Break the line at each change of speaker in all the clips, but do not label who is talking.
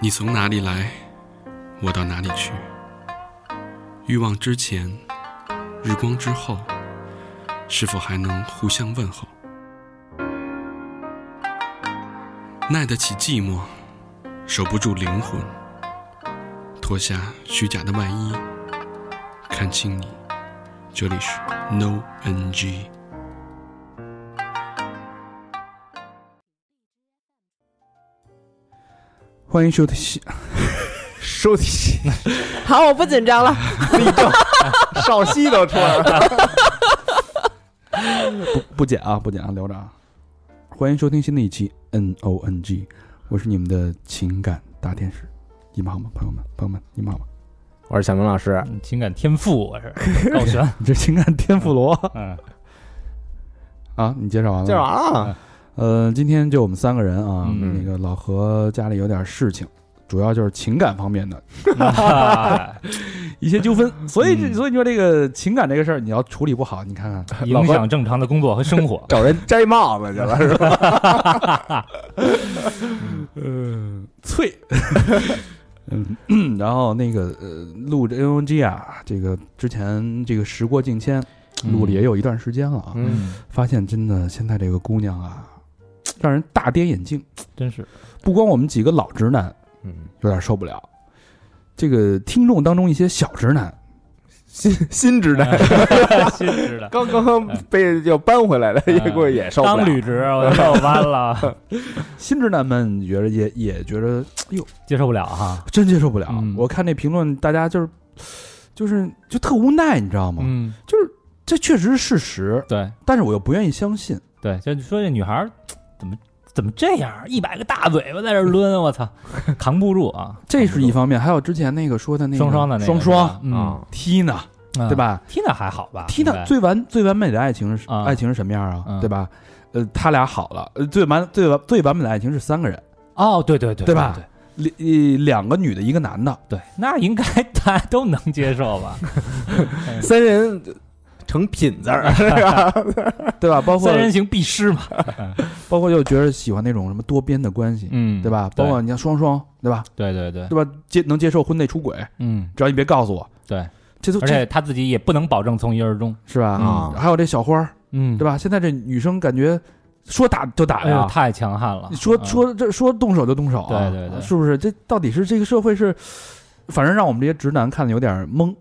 你从哪里来，我到哪里去。欲望之前，日光之后，是否还能互相问候？耐得起寂寞，守不住灵魂。脱下虚假的外衣，看清你。这里是 No NG。
欢迎收听，收听，
好，我不紧张了。
立正， 少息都出来了。不不剪啊，不剪啊，留着啊。欢迎收听新的一期 N O N G，我是你们的情感大天使，你们好吗，朋友们，朋友们，你们好吗？
我是小明老师，
情感天赋， 我是高璇。
你这情感天妇罗
嗯，
啊，你介绍完了？
介绍完了，
呃，今天就我们三个人啊，
嗯
那个老何家里有点事情，主要就是情感方面的
哎
一些纠纷，所以这、
嗯
所以你说这个情感这个事儿，你要处理不好，你看看，
老
影
何。
响正常的工作和生活
找人摘帽子去了是吧？
嗯，脆，嗯，然后那个呃，录这 N O G 啊，这个之前这个时过境迁， 录了也有一段时间了啊，
嗯，
发现真的现在这个姑娘啊，让人大跌眼镜，
真是
不光我们几个老直男
嗯，
有点受不了，这个听众当中一些小直男。 哎
新新直男，
新嗯知道。
刚刚刚被又搬回来
哎
了，
嗯
也估计也受不了啊
当履职，我受弯了，
新直男们觉得也也觉得
接受不 了哈。
真接受不了。
嗯
我看那评论，大家就是就是就特无奈，你知道吗？
嗯，
这确实是事实，
对
但是我又不愿意相信。
对，就说这女孩儿怎么怎么这样，一百个大嘴巴在这儿抡，我操，扛不住啊！
这是一方面，还有之前那个说的那个
双双的那个
双双
是吧
啊，
Tina
嗯，
对吧
？Tina 还好吧
？Tina 最完最完美的爱情是
啊
爱情是什么样啊？
嗯
对吧？呃，他俩好了，呃，最完最完最完美的爱情是三个人，
哦，对对
对
对对
吧
对
两呃两个女的，一个男的，
对，那应该 大家都能接受吧？
三人成品字儿 是吧？
对吧？包括
三人行必失嘛，
包括就觉得喜欢那种什么多边的关系，
嗯
对吧？包括你像双双，对吧？
对对对，
对吧？接能接受婚内出轨，
嗯，
只要你别告诉我，
对，
这都
而
这
且他自己也不能保证从一而终，
是吧？
啊
还有这小花儿，
嗯
对吧？现在这女生感觉说打就打
哎呦，
呀，
太强悍了！
你说
嗯，
说这说动手就动手啊，
对对对
是不是？这到底是这个社会是，反正让我们这些直男看的有点懵。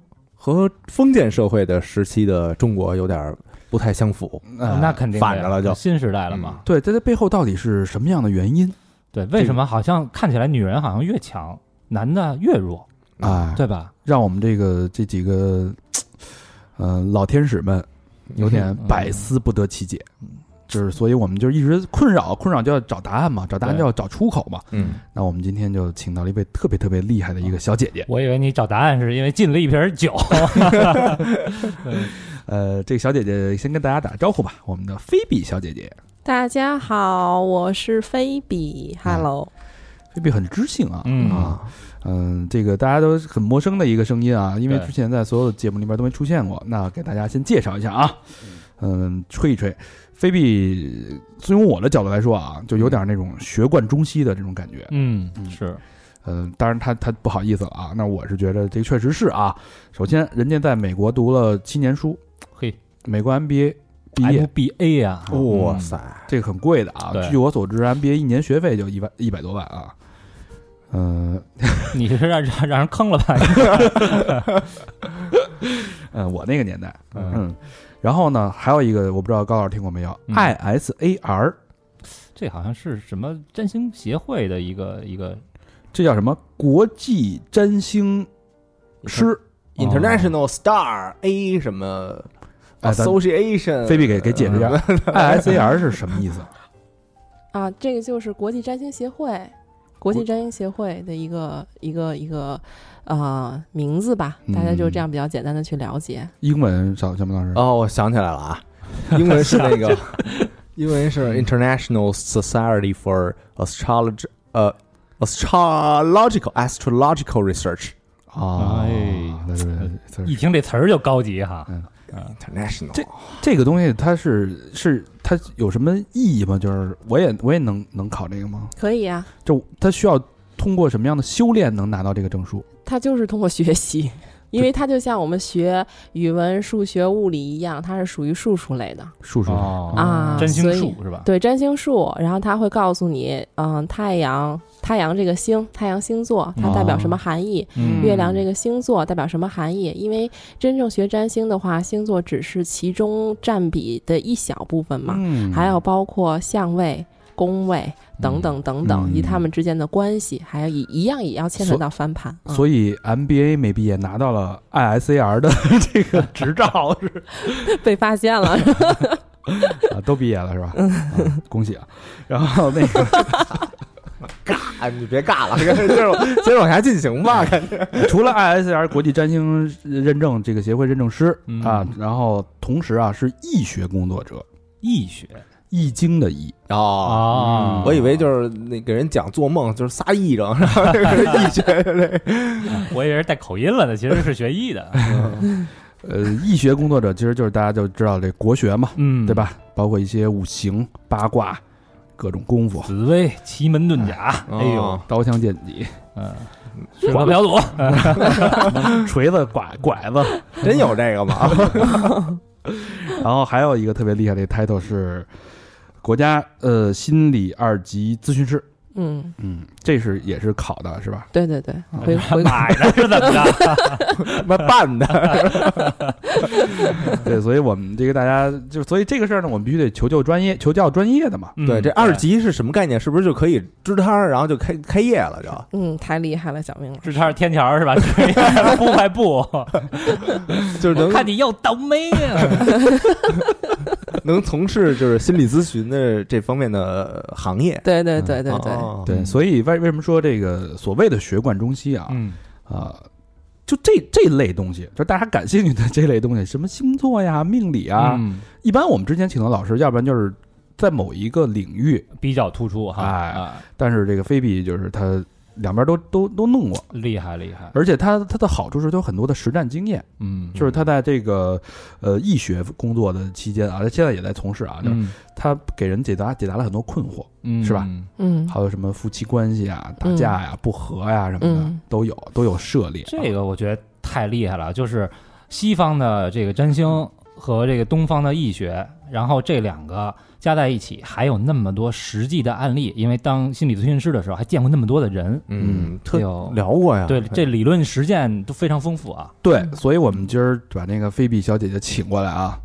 和封建社会的时期的中国有点不太相符，
呃
那肯定的呀
哎反着了就嗯
新时代了嘛。
对，在这背后到底是什么样的原因
对，为什么好像看起来女人好像越强，男的越弱，
嗯
啊？
对吧？
让我们这个这几个，呃，老天使们有
嗯
点百思不得其解。就是，所以我们就一直困扰，困扰就要找答案嘛，找答案
对
就要找出口嘛。
嗯，
那我们今天就请到了一位特别特别厉害的一个小姐姐，
我以为你找答案是因为进了一瓶酒，
呃，这个小姐姐先跟大家打招呼吧，我们的菲比小姐姐，
大家好，我是菲比，Hello，
菲比很知性啊，
嗯
啊，嗯、这个大家都很陌生的一个声音啊，因为
对
之前在所有的节目里边都没出现过，那给大家先介绍一下啊，嗯，吹一吹，菲比从我的角度来说啊，就有点那种学贯中西的这种感觉，
嗯
嗯
是，
嗯，当然他他不好意思了啊。那我是觉得这确实是啊。首先，人家在美国读了七年书，
嘿，
美国 MBA 毕业，
MBA 啊，
嗯
哇塞，
这个很贵的啊。
对
据我所知，MBA 一年学费就一万一百多万啊。嗯、
你是让让让人坑了吧？
嗯、我那个年代，
嗯
嗯。然后呢，还有一个我不知道高老师听过没有、
嗯
i s a r
这好像是什么占星协会的一个一个
这叫什么？国际占星师。
International Star A 什么
哎咱
Association，嗯
菲比给给解释一下，ISAR
呃
是什么意思？
啊，这个就是国际占星协会，国际占星协会的一个一个一个呃名字吧，
嗯
大家就这样比较简单的去了解。
英文小小明老师，
哦，我想起来了啊，英文是那 个，英文是 International Society for Astrology，呃，Astrological Astrological Research。
哦
哎
对对对，对
一听这词儿就高级哈，啊，
International，
这个东西它是是它有什么意义吗？就是我也我也能能考这个吗？
可以啊呀、
就它需要通过什么样的修炼能拿到这个证书？
它就是通过学 习，因为它就像我们学语文、数学、物理一样，它是属于数数类的。
数数
哦
啊
占星
所以
术是吧？
对占星术，然后它会告诉你，嗯，太阳太阳这个星，太阳星座它代
哦
表什么含义，
嗯
月亮这个星座代表什么含义。因为真正学占星的话，星座只是其中占比的一小部分嘛，
嗯
还有包括相位。宫位等等等等，
嗯
以及他们之间的关系，还有一一样也要牵扯
所
到翻盘。嗯
所以 MBA 没毕业拿到了 ISAR 的这个执照是
被发现了，
啊，都毕业了是吧？啊恭喜啊！然后那个
哎，你别尬了，接着接着往下进行吧。 感觉
除了 ISR 国际占星认证这个协会认证师
嗯
啊，然后同时啊是易学工作者，
易学
易经的易，
哦，
啊
我以为就是那给人讲做梦，就是仨癔症，然后这个癔学这
我以为是带口音了呢，其实是学 医的，
呃，易学工作者其实就是大家就知道这国学嘛，
嗯
对？吧？包括一些五行、八卦、各种功夫、
紫薇、奇门遁甲，
哦
哎呦，
刀枪剑戟、
嗯，管不 了我，
锤子、拐拐子，
真有这个 吗？
然后还有一个特别厉害的 title 是国家呃心理二级咨询师，
嗯，
嗯，这是也是考的是吧？
对对对，
哦
回回
买的是怎么着？
妈办的，
对，所以我们这个大家就所以这个事儿呢，我们必须得求救专业，求教专业的嘛。
嗯
对，这二级是什么概念？是不是就可以支摊儿，然后就开开业了？就
嗯，太厉害了，小明老
嗯
师。
这是天桥是吧？ 不 快不，
就是能
看你又倒霉啊！
能从事就是心理咨询的这方面的行业。
对对 对对对，
哦
对，所以为为什么说这个所谓的学贯中西啊
嗯，
啊、就这这类东西，就大家感兴趣的这类东西，什么星座呀、命理啊，
嗯
一般我们之前请的老师，要不然就是在某一个领域，
比较突出哈，
哎
啊，
但是这个菲比就是他两边都都都弄过，
厉害厉害，
而且他他的好处是他有很多的实战经验，
嗯，
就是他在这个呃易学工作的期间啊，他现在也在从事啊，就是
嗯，
他给人解答解答了很多困惑，
嗯，
是吧？
嗯，
还有什么夫妻关系啊、打架呀、不和呀什么的
嗯
都有，都有涉猎啊。
这个我觉得太厉害了，就是西方的这个占星和这个东方的易学，然后这两个加在一起，还有那么多实际的案例。因为当心理咨询师的时候，还见过那么多的人，
嗯，特
哎呦
聊过呀。
对这理论实践都非常丰富啊。
对，所以我们今儿把那个菲比小姐姐请过来啊，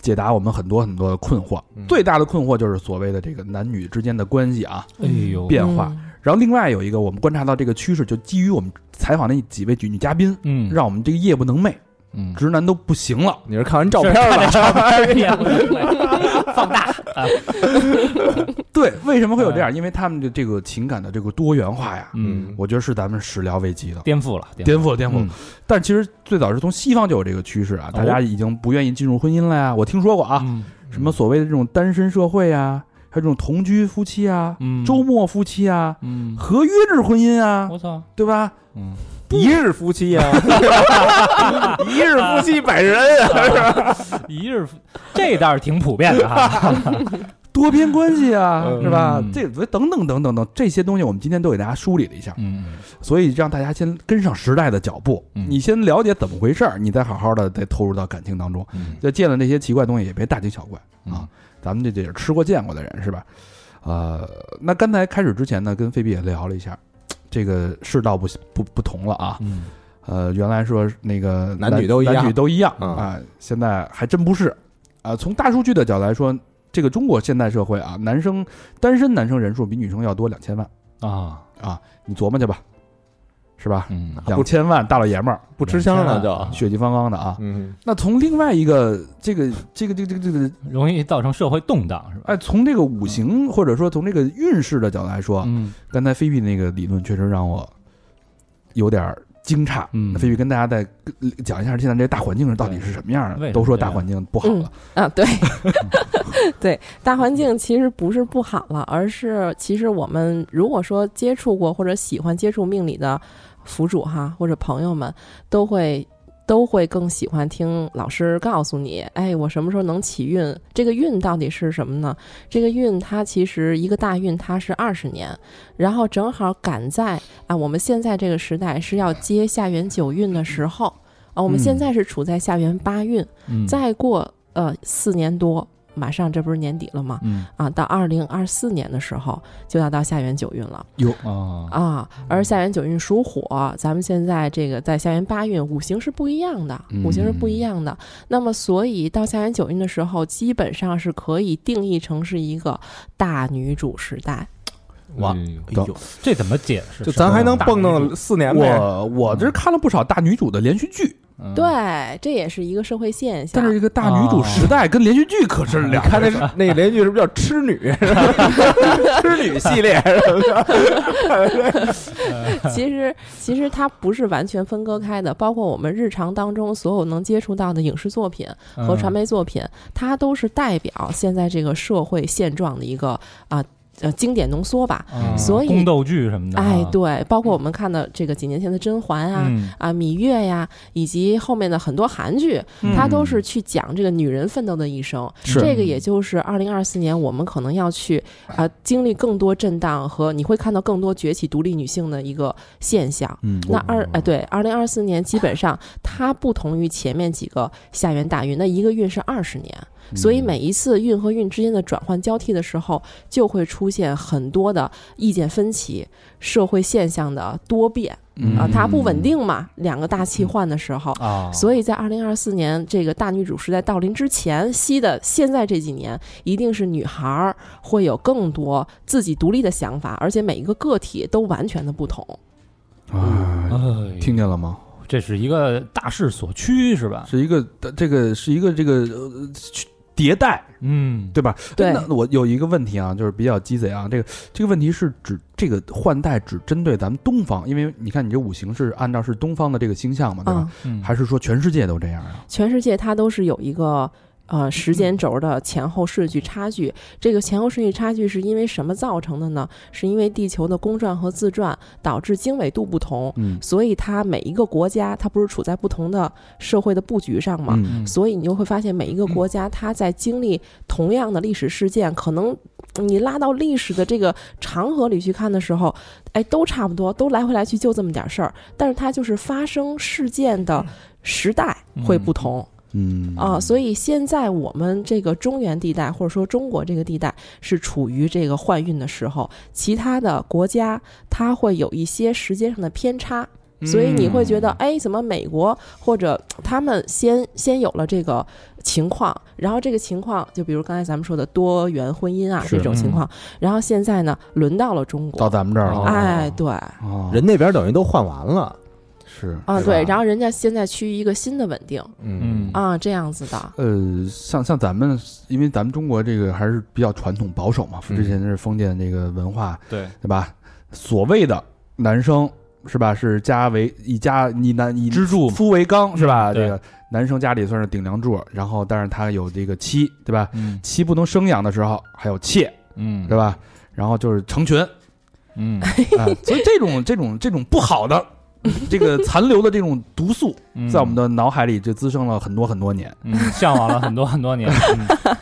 解答我们很多很多的困惑。
嗯
最大的困惑就是所谓的这个男女之间的关系啊。
哎呦，
嗯
变化然后另外有一个我们观察到这个趋势，就基于我们采访那几位女嘉宾，
嗯，
让我们这个夜不能寐，
嗯，
直男都不行了。
你是看完照片了吧？
放大，
对，为什么会有这样？因为他们的这个情感的这个多元化呀，
嗯，
我觉得是咱们始料未及的。
颠覆了，
颠覆了，颠覆了
嗯。
但其实最早是从西方就有这个趋势啊，大家已经不愿意进入婚姻了呀。我听说过啊，
嗯
什么所谓的这种单身社会啊，还有这种同居夫妻啊、
嗯，
周末夫妻啊、
嗯，
合约制婚姻啊，
我操，
对吧？
嗯，
一日夫妻呀，
啊
一日夫妻百日
嗯
恩啊！
一日夫这倒是挺普遍的哈，
多边关系啊，
嗯
是吧
嗯？
这等等等等等这些东西，我们今天都给大家梳理了一下，
嗯，
所以让大家先跟上时代的脚步，
嗯
你先了解怎么回事儿，你再好好的再投入到感情当中。
嗯
就见了那些奇怪东西也别大惊小怪
嗯
啊，咱们这得是吃过见过的人是吧？呃，那刚才开始之前呢，跟菲比也聊了一下，这个世道不不不同了啊。
嗯，
呃，原来说那个
男女都一样
男女都一样
嗯
啊，现在还真不是啊。从大数据的角度来说，这个中国现代社会啊，男生单身男生人数比女生要多两千万
啊，
啊，你琢磨去吧，是吧？
嗯，
两千万大老爷们儿，
不吃香了就。
血气方刚的啊。
嗯，
那从另外一个这个这个这个这个这个
容易造成社会动荡是吧？
哎，从这个五行或者说从这个运势的角度来说，
嗯
刚才菲比那个理论确实让我有点儿惊诧。
嗯
那菲比跟大家再呃讲一下现在这大环境到底是什么样
对
的？都说
为
大
什么这样
环境不好了，
啊，对， 对，大环境其实不是不好了，而是其实我们如果说接触过或者喜欢接触命理的府主哈或者朋友们，都会都会更喜欢听老师告诉你，哎，我什么时候能起运？这个运到底是什么呢？这个运它其实一个大运它是二十年，然后正好赶在啊我们现在这个时代是要接下元九运的时候啊，我们
嗯
现在是处在下元八运，
嗯，
再过呃四年多，马上这不是年底了吗？
嗯
啊，到二零二四年的时候就要到下元九运了
哦，
啊。而下元九运属火，咱们现在这个在下元八运五行是不一样的，五行是不一样的。那么所以到下元九运的时候，基本上是可以定义成是一个大女主时代。
哇
哎呦
懂
这怎么解释？
就咱还能
大
蹦
女
跶
主，
四年呗？
我我这看了不少大女主的连续剧，
嗯
对，这也是一个社会现象。
但 是这个大女主
啊
时代跟连续剧可是
你
两
看那那连续剧是不是叫痴女？ 是吧痴女系列是吧
其实其实它不是完全分割开的，包括我们日常当中所有能接触到的影视作品
嗯
和传媒作品，它都是代表现在这个社会现状的一个啊呃经典浓缩吧。
嗯，嗯
所以
宫斗剧什么的啊，
哎，对，包括我们看的这个几年前的《甄嬛》啊。
嗯，
啊，芈月呀，以及后面的很多韩剧，
嗯
它都是去讲这个女人奋斗的一生。
是
这个也就是二零二四年我们可能要去啊、经历更多震荡和你会看到更多崛起独立女性的一个现象。
嗯，
那
我
二哎对，二零二四年基本 上它不同于前面几个下元大运，那一个运是二十年，所
嗯
以每一次运和运之间的转换交替的时候，就会出现很多的意见分歧、社会现象的多变
嗯
啊，它不稳定嘛，两个大气换的时
哦
候。
啊，
所以在二零二四年这个大女主时代到临之前，西的现在这几年，一定是女孩儿会有更多自己独立的想法，而且每一个个体都完全的不同。
啊，
哎，
听见了吗？
这是一个大势所趋是吧？
是一个这个是一个这个呃迭代，
嗯，
对吧？哎
对
那我有一个问题啊，就是比较鸡贼啊，这个这个问题是指这个换代只针对咱们东方，因为你看你这五行是按照是东方的这个星象嘛，对吧？
嗯，
嗯
还是说全世界都这样啊？
全世界它都是有一个呃时间轴的前后顺序差距。这个前后顺序差距是因为什么造成的呢？是因为地球的公转和自转导致经纬度不同，
嗯
所以它每一个国家它不是处在不同的社会的布局上嘛？
嗯，
所以你就会发现，每一个国家它在经历同样的历史事件，可能你拉到历史的这个长河里去看的时候，哎，都差不多，都来回来去就这么点事儿，但是它就是发生事件的时代会不同。
嗯
啊，所以现在我们这个中原地带，或者说中国这个地带，是处于这个换运的时候。其他的国家，它会有一些时间上的偏差，所以你会
嗯
觉得，哎，怎么美国或者他们先先有了这个情况，然后这个情况，就比如刚才咱们说的多元婚姻啊
是
这种情况，然后现在呢，轮到了中
到
国，
咱们这儿
哦
了，
哎，对。
啊，
人那边等于都换完了，
是
啊，
是吧
对，然后人家现在趋于一个新的稳定
嗯
啊，这样子 的，
呃，像像咱们，因为咱们中国这个还是比较传统保守嘛，
嗯
之前是封建这个文化，
对，
对吧？所谓的男生是吧，是家为以家以男以
支柱嘛
夫为纲是吧？
嗯对
这个男生家里算是顶梁柱，然后但是他有这个妻，对吧？
嗯
妻不能生养的时候，还有妾，
嗯
对吧？然后就是成群，
嗯
啊，所以这种这种这种不好的。这个残留的这种毒素，
嗯
在我们的脑海里就滋生了很多很多年。
嗯向往了很多很多 年，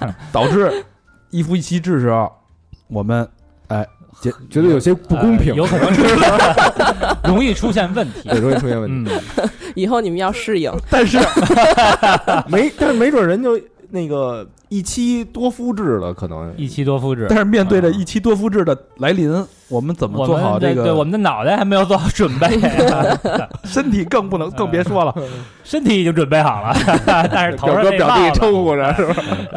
嗯
导致 一夫一妻制时候，我们
觉得有些不公平
呃，有可能是 容易出现问题
对，。容易出现问题。
嗯，
以后你们要适应，
但是
没，但是没准人就那个一妻多夫制了，可能
一妻多夫制
但。是面对着一妻多夫制的来临，我们怎么
啊我
做好
们
这
对我
个？
们的脑袋还没有做好准备，
身体更不能，更别说了。
身体已经准备好 了，但是头
表
上
哥
那
表弟
帽子，
称呼着是吧？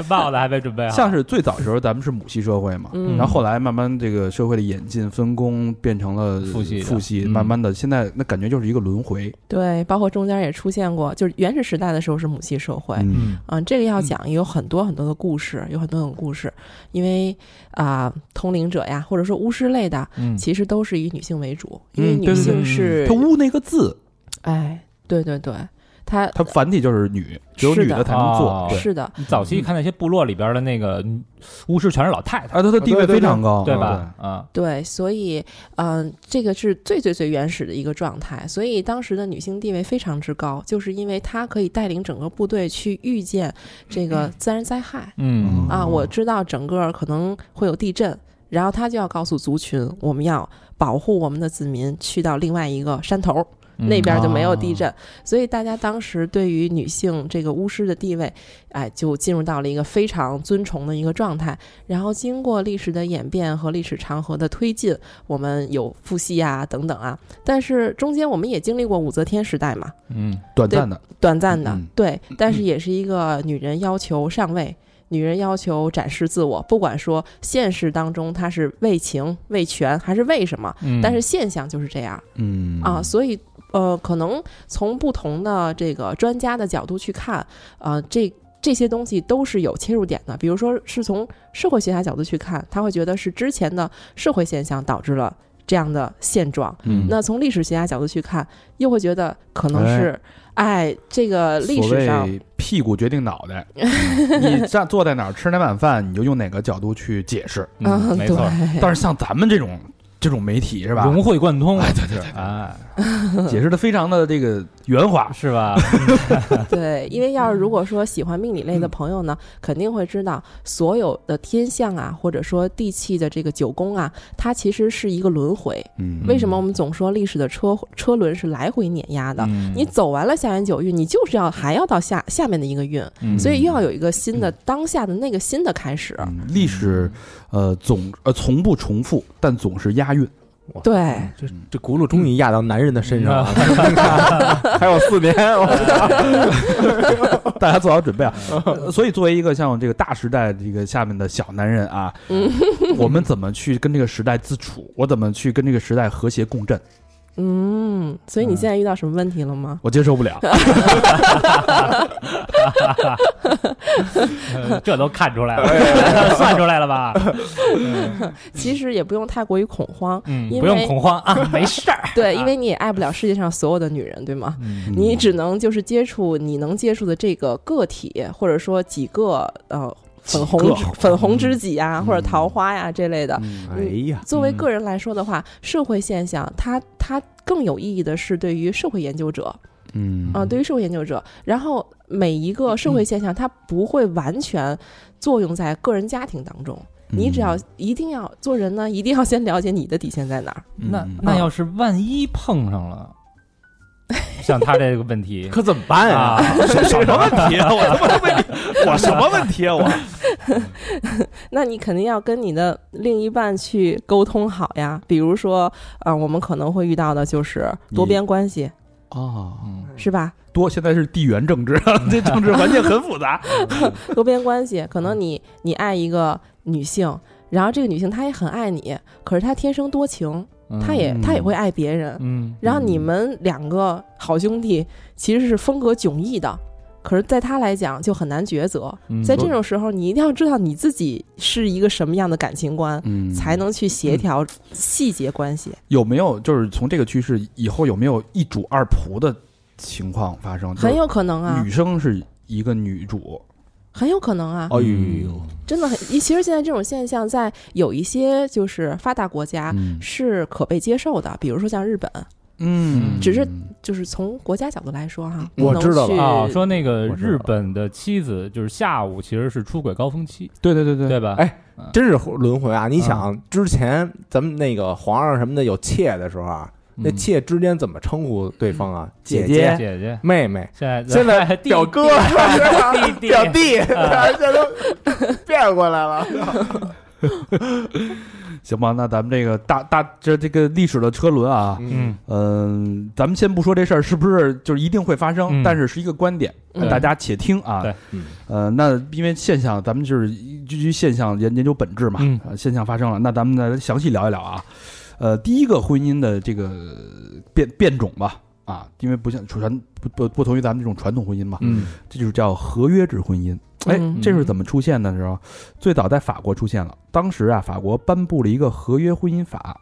帽子还没准备好。
像是最早时候咱们是母系社会嘛，
嗯
然后后来慢慢这个社会的演进分工变成了
父系的
父系，
嗯
慢慢的现在那感觉就是一个轮回。
对，包括中间也出现过，就是原始时代的时候是母系社会，嗯、
嗯
这个要讲有很多很多的故事，有很多种故事，因为啊、通灵者呀，或者说巫师类的，
嗯
其实都是以女性为主，
嗯
因为
对
女
对对
性是
他，污那个字，
哎，对对对，它
它繁体就是女，只有
是
女
的
的才能做。
哦
对，
是的，
你早期看那些部落里边的那个嗯巫师，全是老太太，
啊，它的地位
对对
非常高，
对
啊
吧？啊，
对，所以嗯、这个是最最最原始的一个状态，所以当时的女性地位非常之高，就是因为她可以带领整个部队去预见这个自然灾害
嗯
啊，
哦
我知道整个可能会有地震，然后她就要告诉族群，我们要保护我们的子民去到另外一个山头，
嗯
嗯
那边就没有
哦
地震，所以大家当时对于女性这个巫师的地位，哎，就进入到了一个非常尊崇的一个状态。然后经过历史的演变和历史长河的推进，我们有父系啊等等啊，但是中间我们也经历过武则天时代嘛，
嗯，
短暂的，
短暂的、
嗯
对，但是也是一个女人要求上位。女人要求展示自我，不管说现实当中她是为情、为权还是为什么，
嗯
但是现象就是这样。
嗯
啊，所以呃，可能从不同的这个专家的角度去看，呃，这这些东西都是有切入点的。比如说是从社会学家角度去看，他会觉得是之前的社会现象导致了。这样的现状，
嗯
那从历史学家角度去看，又会觉得可能是，哎，这个历史上
所谓屁股决定脑 袋，你站坐在哪儿吃哪碗饭，你就用哪个角度去解释。
嗯，没
对
错，，
但是像咱们这种这种媒体是吧，
融会贯通，对对对，哎，
解释的非常的这个圆滑。
是 吧？
对，因为要是如果说喜欢命理类的
嗯
朋友呢，肯定会知道所有的天象啊，或者说地气的这个九宫啊，它其实是一个轮回。
嗯
为什么我们总说历史的车车轮是来回碾压的？
嗯
你走完了下元九运，你就是要还要到下下面的一个运，
嗯
所以又要有一个新的当下的那个新的开始。
嗯历史，呃，总呃从不重复，但总是押韵。
对，
这 这轱辘终于压到男人的身上了，还有四年，
大家做好准备啊！
嗯
呃所以，作为一个像这个大时代这个下面的小男人啊，
嗯
我们怎么去跟这个时代自处？我怎么去跟这个时代和谐共振？
嗯，所以你现在遇到什么问题了吗？
我接受不 了。
呃这都看出来了， 算出来了吧？
其实也不用太过于恐慌，
嗯，
因
不用
为
恐慌嗯啊，没事儿。
对，因为你也爱不了世界上所有的女人，对吗？
嗯
你只能就是接触你能接触的这个个体，或者说几个呃粉
几
红
个
知粉红知己啊，或者桃花呀、这类的。
哎 呀，
作为
嗯
个人来说的话，社会现象它它更有意义的是对于社会研究者
嗯
啊、对于社会研究者。然后每一个社会现象，它不会完全作用在个人家庭当中。
嗯
你只要一定要做人呢，一定要先了解你的底线在哪儿。
那
嗯
那要是万一碰上 了，像他这个问 题
可怎么办
啊
啊？，
什什么问题啊？我他妈问 你，我什么问题啊？我
哎
那你肯定要跟你的另一半去沟通好呀。比如说，啊、我们可能会遇到的就是多边关系，
啊，
嗯
是吧？
多现在是地缘政治，啊这政治环境很复杂。
多边关系，可
嗯
能你你爱一个女性，然后这个女性她也很爱你，可是她天生多情，
嗯
她也她也会爱别人。
嗯
然后你们两个好兄弟其实是风格迥异的，可是在她来讲就很难抉择。
嗯
在这种时候，你一定要知道你自己是一个什么样的感情观，
嗯
才能去协调细节关系。
有没有就是从这个趋势以后有没有一主二仆的情况发
嗯
生？
很
就
有可能
是
啊
女，生是一个女主，
很有可能
哦
啊，
哎呦，
真的很。其实现在这种现象在有一些就是发达国家
嗯
是可被接受的，比如说像日本，
嗯
只是就是从国家角度来说哈，
嗯我
能
知道了
去
呃
啊，说那个
我知道
日本的妻子就是下午其实是出轨高峰期，
对对对对，
对吧？
哎
嗯
真是轮回啊！你想，之前咱们那个皇上什么的有妾的时候啊，那
嗯
妾之间怎么称呼对方啊？
姐
姐、
姐姐，
妹妹，
现 在
现在
弟
表哥、
弟 弟啊
表弟，现在都变过来了。
行吧，那咱们这个大大这这个历史的车轮啊，
嗯，
嗯、咱们先不说这事儿是不是就是一定会发生，
嗯
但是是一个观点，
嗯
大家且听啊。
对
嗯
呃，那因为现象，咱们就是依据现象研研究本质嘛、
嗯
啊现象发生了，那咱们来详细聊一聊啊。呃，第一个婚姻的这个变变种吧，啊，因为不像传不不不同于咱们这种传统婚姻嘛，
嗯
这就是叫合约制婚姻。哎
嗯，
这是怎么出现的？时候，最早在法国出现了。当时啊，法国颁布了一个合约婚姻法，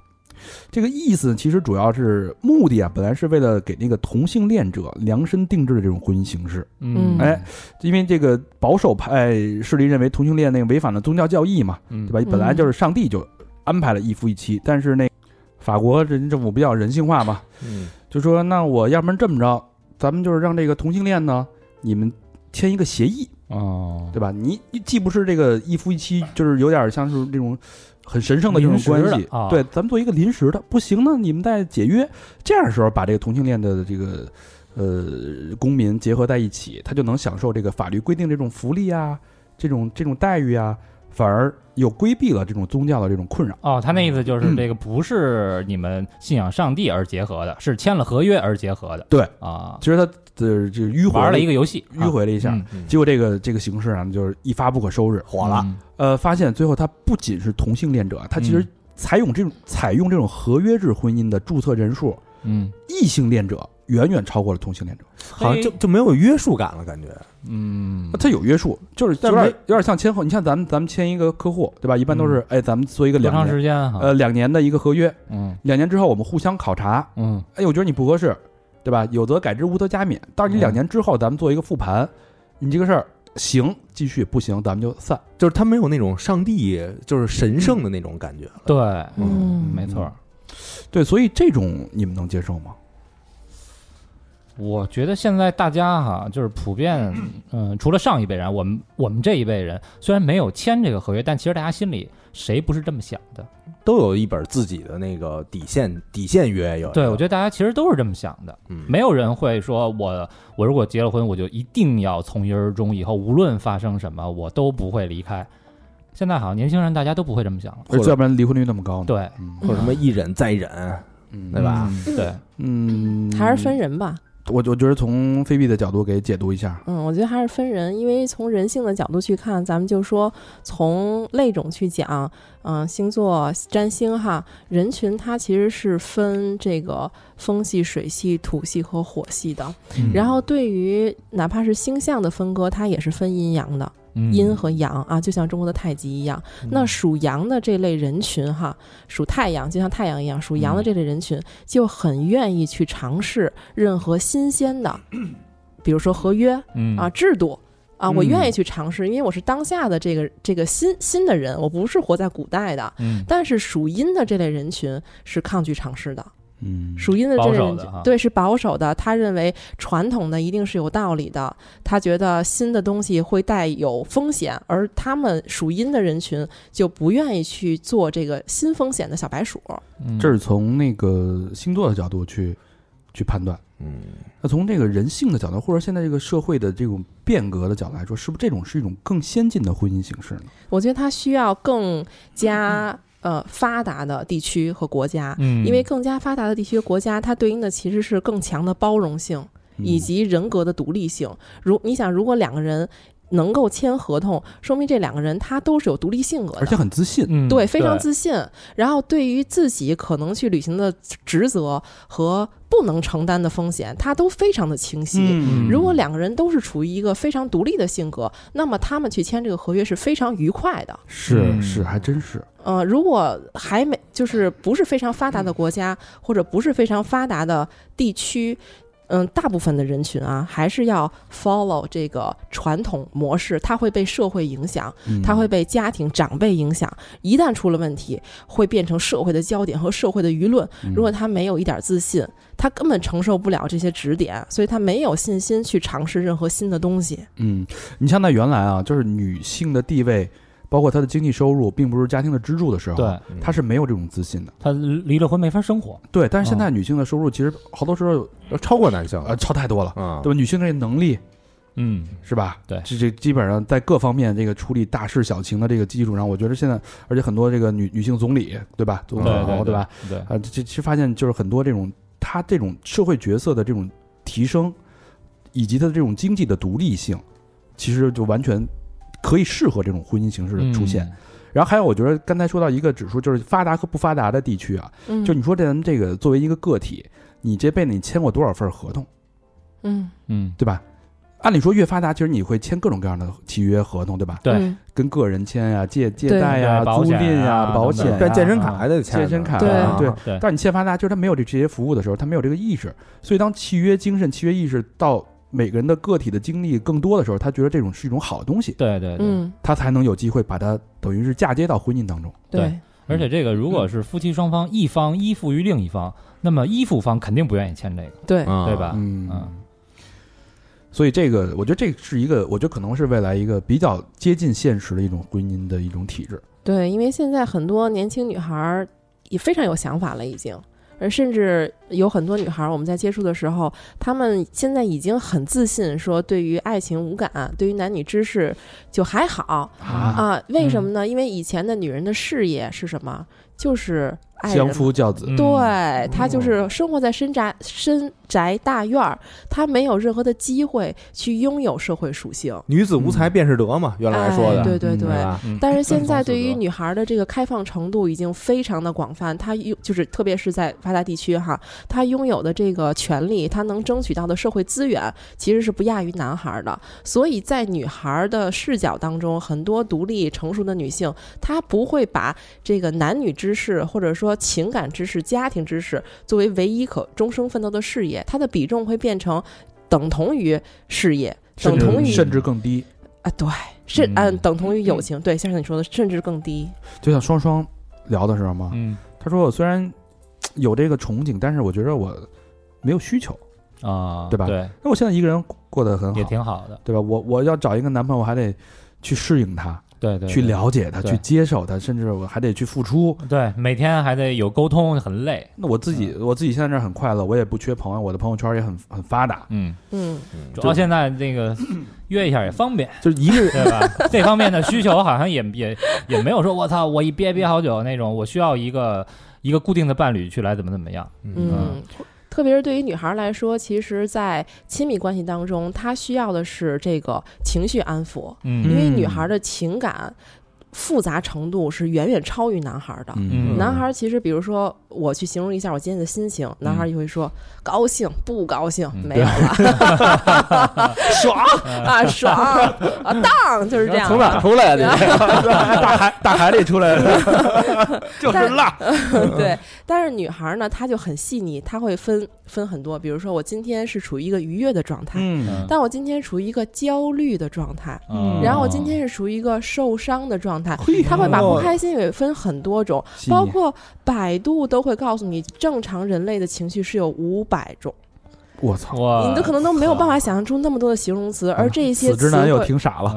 这个意思其实主要是目的啊，本来是为了给那个同性恋者量身定制的这种婚姻形式，
嗯
哎，因为这个保守派势力认为同性恋那个违反了宗教教义嘛，
嗯
对吧？本来就是上帝就安排了一夫一妻，但是那法国人政府比较人性化嘛，
嗯
就说那我要不然这么着，咱们就是让这个同性恋呢，你们签一个协议，
哦，
对吧？你你既不是这个一夫一妻，就是有点像是这种很神圣的这种关
临时
系
的，啊
对，咱们做一个临时的，不行呢，你们再解约。这样的时候，把这个同性恋的这个呃公民结合在一起，他就能享受这个法律规定这种福利啊，这种这种待遇啊，反而又规避了这种宗教的这种困扰。
哦，他那意思就是
嗯
这个不是你们信仰上帝而结合的，是签了合约而结合的。
对
啊，
其实他呃这迂回
玩了一
个
个嗯游戏，啊
迂回了一
一
下，
嗯
结果这个这个形式啊，就是一发不可收拾，火。
嗯
呃，发现最后他不仅是同性恋者，他其实
嗯
采用这种采用这种合约制婚姻的注册人数，
嗯
异性恋者远远超过了同性恋者。
好像就就没有约束感了，感觉
哎嗯，
它有约束，就是有
但
点
没
有点像签合，你像咱们咱们签一个客户，对吧？一般都是、哎，咱们做一个
多
两
长
年
时间哈？
呃两年的一个合约，
嗯
两年之后我们互相考察，
嗯
哎，我觉得你不合适，对吧？有则改之，无则加勉。但是你
嗯
两年之后，咱们做一个复盘，你这个事儿行继续，不行咱们就散。
就是他没有那种上帝就是神圣的那种感觉了。
对，
嗯
没错。
对，所以这种你们能接受吗？
我觉得现在大家哈，就是普遍， 嗯、除了上一辈人，我们我们这一辈人虽然没有签这个合约，但其实大家心里谁不是这么想的？
都有一本自己的那个底线底线约有。
对，我觉啊得大家其实都是这么想的，
嗯
没有人会说我我如果结了婚，我就一定要从一而终，以后无论发生什么，我都不会离开。现在好像年轻人大家都不会这么想了，
而且要不然离婚率那么高呢？，
对
嗯
或者什么一忍再忍，
嗯
对吧？
对，
嗯，
还是分人吧。
我我觉得从菲比的角度给解读一下，
嗯，我觉得还是分人，因为从人性的角度去看，咱们就说从类种去讲，嗯、星座占星哈，人群它其实是分这个风系、水系、土系和火系的。
嗯
然后对于哪怕是星象的分割，它也是分阴阳的，
嗯
阴和阳啊，就像中国的太极一样。那
嗯
属羊的这类人群哈，属太阳就像太阳一样，属羊的这类人群就很愿意去尝试任何新鲜的，比如说合约
嗯
啊、制度。啊，我愿意
嗯
去尝试，因为我是当下的这个这个新新的人，我不是活在古代的。
嗯
但是属阴的这类人群是抗拒尝试的，
嗯，
属阴的这
保
类
守
人
的
群
哈
对是保守的，他认为传统的一定是有道理的，他觉得新的东西会带有风险，而他们属阴的人群就不愿意去做这个新风险的小白鼠。
嗯
这是从那个星座的角度去去判断。
嗯，
那从这个人性的角度，或者现在这个社会的这种变革的角度来说，是不是这种是一种更先进的婚姻形式呢？
我觉得他需要更加呃发达的地区和国家，
嗯，
因为更加发达的地区和国家，它对应的其实是更强的包容性。
嗯
以及人格的独立性。如你想，如果两个人能够签合同，说明这两个人他都是有独立性格
而且
的。
很自信，
嗯
对，非常自信。然后对于自己可能去履行的职责和不能承担的风险，他都非常的清晰。
嗯
如果两个人都是处于一个非常独立的性格，那么他们去签这个合约是非常愉快的。
是
嗯
是还真是，
呃，如果还没就是不是非常发达的国家，或者不是非常发达的地区，嗯，大部分的人群啊，还是要 follow 这个传统模式，它会被社会影响，
嗯
它会被家庭长辈影响，一旦出了问题，会变成社会的焦点和社会的舆
嗯
论。如果他没有一点自信，他根本承受不了这些指点，所以他没有信心去尝试任何新的东西。
嗯，你像在原来啊，就是女性的地位，包括她的经济收入，并不是家庭的支柱的时候，
对，
她是没有这种自信的。
他离了婚没法生活，
对，但是现
哦
在女性的收入其实好多时候
啊
超过男性
呃超太多了，
啊，
对吧？女性的能力
嗯
是吧？
对
这这基本上在各方面这个处理大事小情的这个基础上，我觉得现在，而且很多这个女女性总理，对吧？总
对
统
对
对吧？？
对，
啊，这这其实发现就是很多这种她这种社会角色的这种提升，以及她的这种经济的独立性，其实就完全可以适合这种婚姻形式的出
嗯
现。然后还有，我觉得刚才说到一个指数，就是发达和不发达的地区啊，
嗯，
就你说这咱们这个作为一个个体，你这辈子你签过多少份合同，
嗯
嗯，
对吧？按理说越发达，其实你会签各种各样的契约合同，对吧？
对
嗯
跟个人签呀、借借
对
贷呀、
对保
租
险
赁呀、
啊
保
等等
险呀、
办健身卡还得签呢，
健身卡
对
啊对。
嗯对
但你欠发达，就是他没有这这些服务的时候，他没有这个意识。所以当契约精神、契约意识到每个人的个体的经历更多的时候，他觉得这种是一种好东西，
对对对，
嗯，
他才能有机会把它等于是嫁接到婚姻当中。
对而且这个如
嗯
果是夫妻双方一方依附于另一方，那么依附方肯定不愿意签这个，
对
啊
对吧？
嗯
嗯，
所以这个我觉得这是一个，我觉得可能是未来一个比较接近现实的一种婚姻的一种体制。
对，因为现在很多年轻女孩儿也非常有想法了，已经。而甚至有很多女孩，儿，我们在接触的时候，她们现在已经很自信，说对于爱情无感，对于男女之事就还好
啊
啊。为
嗯
什么呢？因为以前的女人的事业是什么？就是爱人
啊相夫嗯哦教子，
对他就是生活在深宅深宅大院儿，他没有任何的机会去拥有社会属性。
女子无才便是德嘛，原来说的，
哎对对
嗯
对。
对吧？
嗯
但是现在
嗯
对于女孩儿的这个开放程度已经非常的广泛，她拥就是特别是在发达地区哈，她拥有的这个权利，她能争取到的社会资源其实是不亚于男孩儿的。所以在女孩儿的视角当中，很多独立成熟的女性，她不会把这个男女之事或者说情感之事、家庭之事作为唯一可终生奋斗的事业，她的比重会变成等同于事业，
甚
等
至
同于
甚至更低。
啊，对，是
嗯
嗯，等同于友情，对，像是你说的，甚至更低。
就像双双聊的时候嘛，
嗯
他说我虽然嘖有这个憧憬，但是我觉得我没有需求。
啊，
对吧
对，
那我现在一个人过得很
也
好，
挺好的，
对吧？我我要找一个男朋友，我还得去适应他，
对对，
去
对，
了解他，
对
去接受他，甚至我还得去付出。
对，每天还得有沟通，很累，
那我自己，
嗯
我自己现在这儿很快乐，我也不缺朋友，我的朋友圈也很很发达。
嗯，
嗯，
主要现在那 个约一下也方便，
就是一个人
对 吧？这方面的需求好像也也也没有说，我操，我一憋憋好久那种，我需要一个一个固定的伴侣去来怎么怎么样，
嗯，特别是对于女孩来说，其实，在亲密关系当中，她需要的是这个情绪安抚，因
嗯
为女孩的情感复杂程度是远远超于男孩
啊
的。
嗯
男孩其实，比如说我去形容一下我今天的心情，男孩就会说高兴、不高兴，
嗯
没有了， 爽啊爽啊当，就是这样。
从哪儿出来的？
啊
大海大海里出来的，
就是辣。 对，但是女孩呢，她就很细腻，她会分分很多。比如说，我今天是处于一个愉悦的状态，
嗯，
但我今天处于一个焦虑的状态，
哦
嗯
然后我今天是处于一个受伤的状态。
嘿
她会把
哦
不开心也分很多种，
哦细腻
包括百度都会告诉你，正常人类的情绪是有五百种，
我操，嗯
哇，
你都可能都没有办法想象出那么多的形容词，而这些
哎死
词
直男又
汇，
听傻了，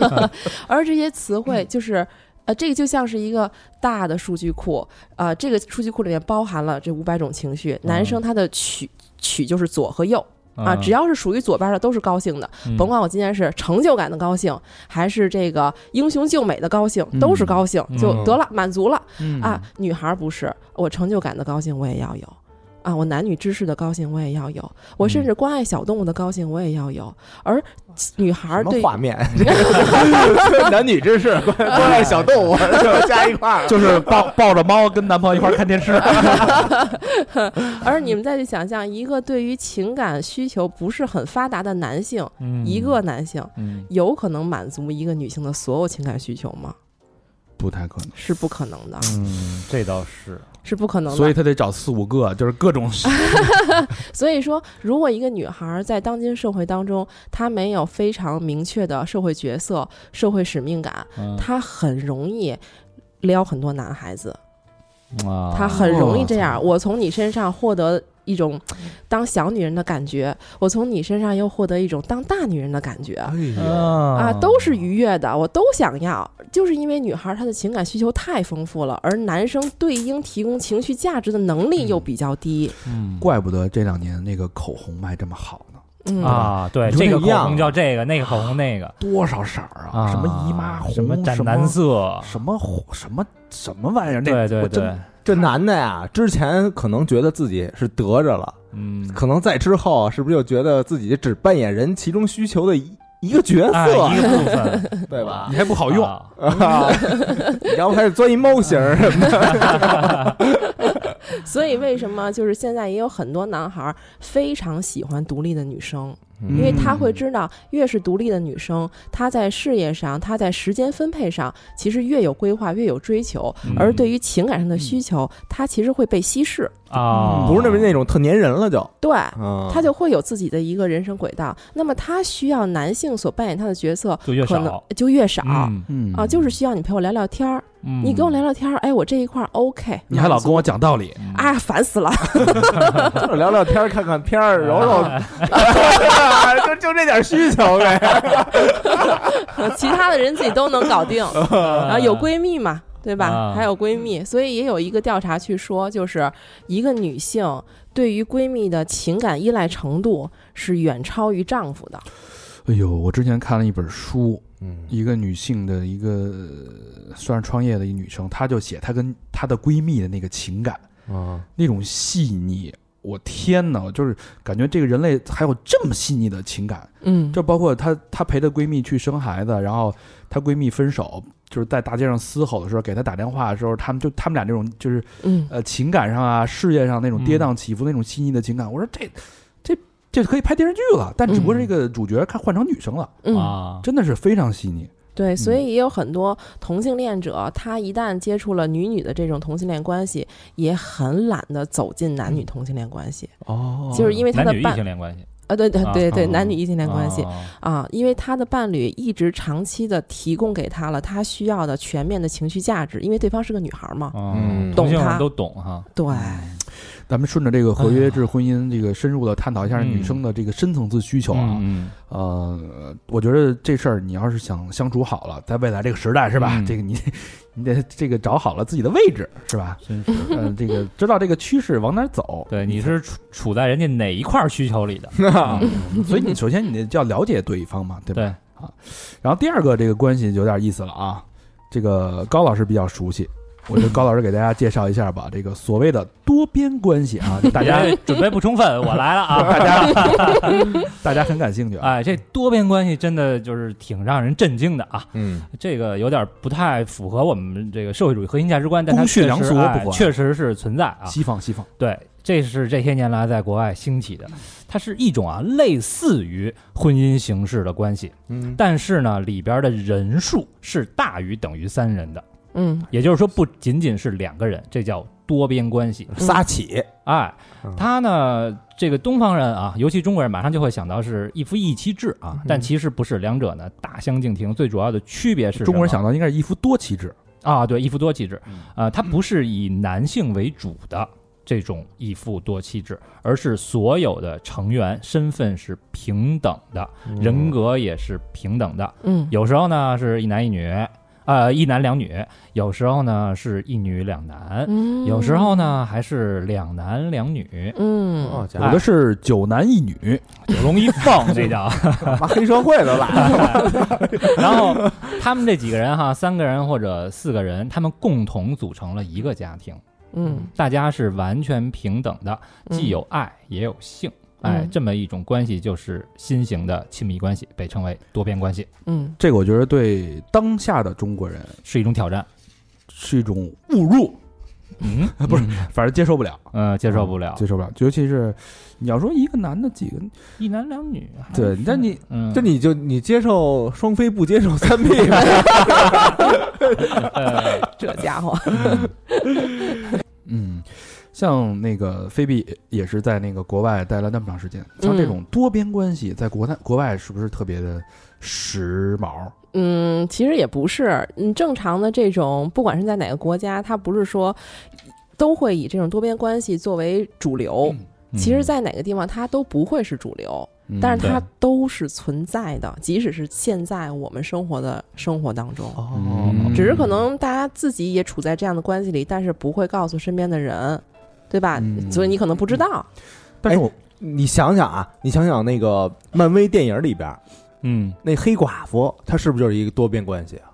嗯
而这些词汇
嗯
就是。呃，这个就像是一个大的数据库，呃，这个数据库里面包含了这五百种情绪。男
嗯
生他的曲曲就是左和右
嗯
啊，只要是属于左边的都是高兴的，
嗯
甭管我今天是成就感的高兴，还是这个英雄救美的高兴，都是高兴，就
嗯
得了，满足了。
嗯
啊，女孩儿不是，我成就感的高兴我也要有。啊，我男女之事的高兴我也要有，我甚至关爱小动物的高兴我也要有。而女孩
嗯什
儿
么
对
画面？ 男女之事，关关爱小动物，就加一块儿了。
就是抱抱着猫跟男朋友一块儿看电视，
而你们再去想象一个对于情感需求不是很发达的男性，一个男性
嗯
有可能满足一个女性的所有情感需求吗？
不太可能。
是不可能的，
嗯，这倒是，
是不可能的。
所以他得找四五个，就是各种
所以说，如果一个女孩儿在当今社会当中，她没有非常明确的社会角色、社会使命感，
嗯
她很容易撩很多男孩子，
啊，
她很容易这
哦
样。我从你身上获得一种当小女人的感觉，我从你身上又获得一种当大女人的感觉。
哎
啊
啊，都是愉悦的，我都想要，就是因为女孩儿她的情感需求太丰富了，而男生对应提供情绪价值的能力又比较低。
嗯
怪不得这两年那个口红卖这么好呢，
嗯，
啊，对，这个口红叫这个，那个口红那个
多少色儿啊，什么姨妈红，
什
什
么斩男色，
什么红，什么什么玩意儿，那
对对
我真
对，
这男的呀，之前可能觉得自己是得着了，
嗯，
可能在之后啊是不是又觉得自己只扮演人其中需求的一一个角
啊
色，
一个部分
对吧
你？还不好
好
用，
啊然后开始钻一猫型儿 什么的，
所以为什么就是现在也有很多男孩儿非常喜欢独立的女生？因为她
嗯
会知道，越是独立的女生，她在事业上，她在时间分配上，其实越有规划，越有追求。
嗯
而对于情感上的需求，她其实会被稀释，
啊，
嗯不是那么那种特粘人了就，
对，
啊，
她就会有自己的一个人生轨道。那么她需要男性所扮演她的角色，
就越
可能
少
就越少
嗯
嗯
啊，就是需要你陪我聊聊天儿，
嗯
你跟我聊聊天儿，哎，我这一块儿 OK，
你还老
满足
跟我讲道理，
嗯
啊，烦 死了。
就是聊聊天儿，看看片儿，揉 揉，就就这点需求呗。
其他的人自己都能 搞定。
嗯
然后有闺蜜嘛，对吧？
啊
还有闺蜜，所以也有一个调查去说，就是一个女性对于闺蜜的情感依赖程度是远超于丈夫的。
哎呦，我之前看了一本书，
嗯
一个女性的一个呃算是创业的一女生，她就写她跟她的闺蜜的那个情感，
啊，
哦
那种细腻，我天哪，就是感觉这个人类还有这么细腻的情感。
嗯
这包括她，她陪她闺蜜去生孩子，然后她闺蜜分手，就是在大街上嘶吼的时候，给她打电话的时候，他们就他们俩这种就是
嗯，
呃情感上啊、事业上那种跌宕起伏、那种细腻的情感，我说这这这可以拍电视剧了，但只不过这个主角看换成女生了，
嗯，
啊，嗯
真的是非常细腻。
对，所以也有很多同性恋者，他一旦接触了女女的这种同性恋关系，也很懒得走进男女同性恋关系，
哦
就是因为他
男
的
女异
伴
性恋关系，
啊，对对
啊
对对，
啊
男女异性恋关系，
啊
啊，因为他的伴侣一直长期的提供给他了他需要的全面的情绪价值，因为对方是个女孩嘛。
嗯，
嗯
同性
懂他
人都懂哈，
对，
咱们顺着这个合约制婚姻这个深入的探讨一下
嗯
女生的这个深层次需求啊，
嗯，
呃，我觉得这事儿你要是想相处好了，在未来这个时代是吧？
嗯
这个你 你得这个找好了自己的位置是 吧？
真
是，嗯、这个知道这个趋势往哪儿走，
对，你是处处在人家哪一块儿需求里的？
嗯所以你首先你得要了解对方嘛，对吧？
对
啊，然后第二个这个关系有点意思了啊，这个高老师比较熟悉。我觉得高老师给大家介绍一下吧，这个所谓的多边关系啊，大
大
家
家准备不 充分，我来了啊！
大家 大家很感兴趣啊。
哎，这多边关系真的就是挺让人震惊的啊！
嗯
这个有点不太符合我们这个社会主义核心价值观，但它
公序
确实
良俗
哎
不管
确实是存在啊。
西方西方，
对，这是这些年来在国外兴起的，它是一种啊类似于婚姻形式的关系，
嗯，
但是呢里边的人数是大于等于三人的，
嗯，
也就是说不仅仅是两个人，这叫多边关系。
仨起，
哎
嗯，
他呢，这个东方人啊，尤其中国人，马上就会想到是一夫一妻制
嗯
啊，但其实不是，两者呢大相径庭。最主要的区别是什么，
中国人想到应该是一夫多妻制，
啊，对，一夫多妻制，啊，它不是以男性为主的这种一夫多妻制，而是所有的成员身份是平等的，
嗯
人格也是平等的。
嗯，
有时候呢是一男一女，呃，一男两女；有时候呢是一女两男；
嗯
有时候，呢还是两男两女，
嗯
哦，，
有
家
的是九男一女，
九龙一凤这叫。
伙妈黑社会都来了，
然后他们这几个人哈，三个人或者四个人，他们共同组成了一个家庭。
嗯，
大家是完全平等的，
嗯
既有爱也有性，哎，
嗯
这么一种关系就是新型的亲密关系，被称为多边关系，
嗯，
这个我觉得对当下的中国人
是一种挑战。
是一种误入，
嗯，
不是，反正接受不了，
呃，接受不了，
接受不了。尤其是你要说一个男的几个，
一男两女。还
对
是，
但你
嗯，
这你就你接受双飞，不接受三 P 呗。
呃，
这 家伙，
嗯，像那个菲比也是在那个国外待了那么长时间，像这
嗯
种多边关系，在国内国外是不是特别的时髦？
嗯，其实也不是，嗯，正常的这种，不管是在哪个国家，它不是说都会以这种多边关系作为主流。
嗯
其实，在哪个地方它都不会是主流，
嗯
但是它
对
都是存在的，即使是现在我们生活的生活当
哦
中。
嗯
只是可能大家自己也处在这样的关系里，但是不会告诉身边的人，对吧？
嗯
所以你可能不知道。
但是我
哎你想想啊，你想想那个漫威电影里边儿
嗯，
那黑寡妇，她是不是就是一个多边关系啊？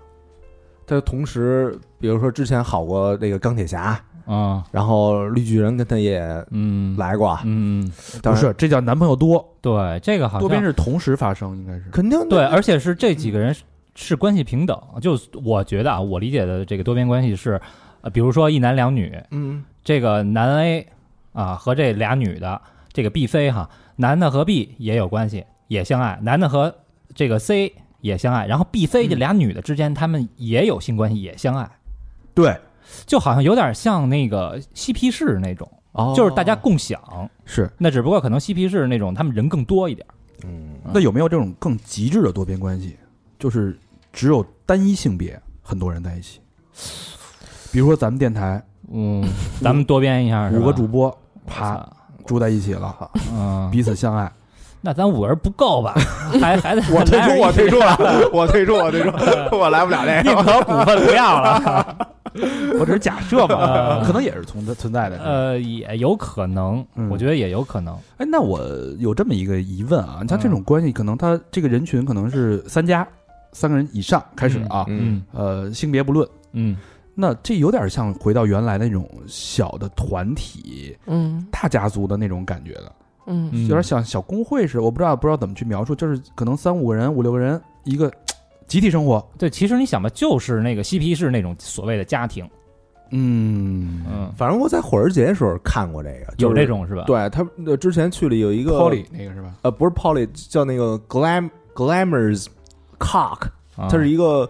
她同时，比如说之前好过那个钢铁侠，
嗯啊，
然后绿巨人跟她也
嗯，，
来过啊，
嗯，
当然
不是这叫男朋友多，
对，这个好像
多边是同时发生，应该是。
肯定
对，而且是这几个人是是关系平等。就是我觉得啊，我理解的这个多边关系是，呃，比如说一男两女，
嗯
这个男 A 啊和这俩女的这个 B 飞哈，男的和 B 也有关系，也相爱，男的和这个 C 也相爱，然后 B、C
嗯
这俩女的之间，他们也有性关系，也相爱，
对，
就好像有点像那个嬉皮士那种，
哦
就是大家共享。
是。
那只不过可能嬉皮士那种，他们人更多一点。
嗯
那有没有这种更极致的多边关系？就是只有单一性别，很多人在一起。比如说咱们电台
嗯，咱们多编一下，是吧
五个主播，
我
啪
操
住在一起了，
嗯，
彼此相爱。
那咱五人不够 吧？还还得
我退
来
出，
点
我退出 了，我退出，我退出，我来不了这
硬
个。
核股份不要了。
我只是假设嘛，
呃
可能也是存在存在的。
呃，也有可能，
嗯
我觉得也有可能。
哎，那我有这么一个疑问啊，像这种关系，可能他这个人群可能是三家三个人以上开始啊，
嗯，
呃，性别不论。
嗯
那这有点像回到原来那种小的团体、
嗯
大家族的那种感觉了。
嗯
嗯，
有点像小工会似的，我不知道不知道怎么去描述，就是可能三五个人、五六个人一个集体生活，
对。其实你想吧，就是那个嬉皮士那种所谓的家庭，
嗯
嗯，
反正我在火儿节的时候看过这个，就
有
是
这。种是吧？
对他呃之前去了有一个
，Polly 那个是吧？
呃，不是 Polly，叫那个 Glam Glamor's Cock，
啊，
它是一个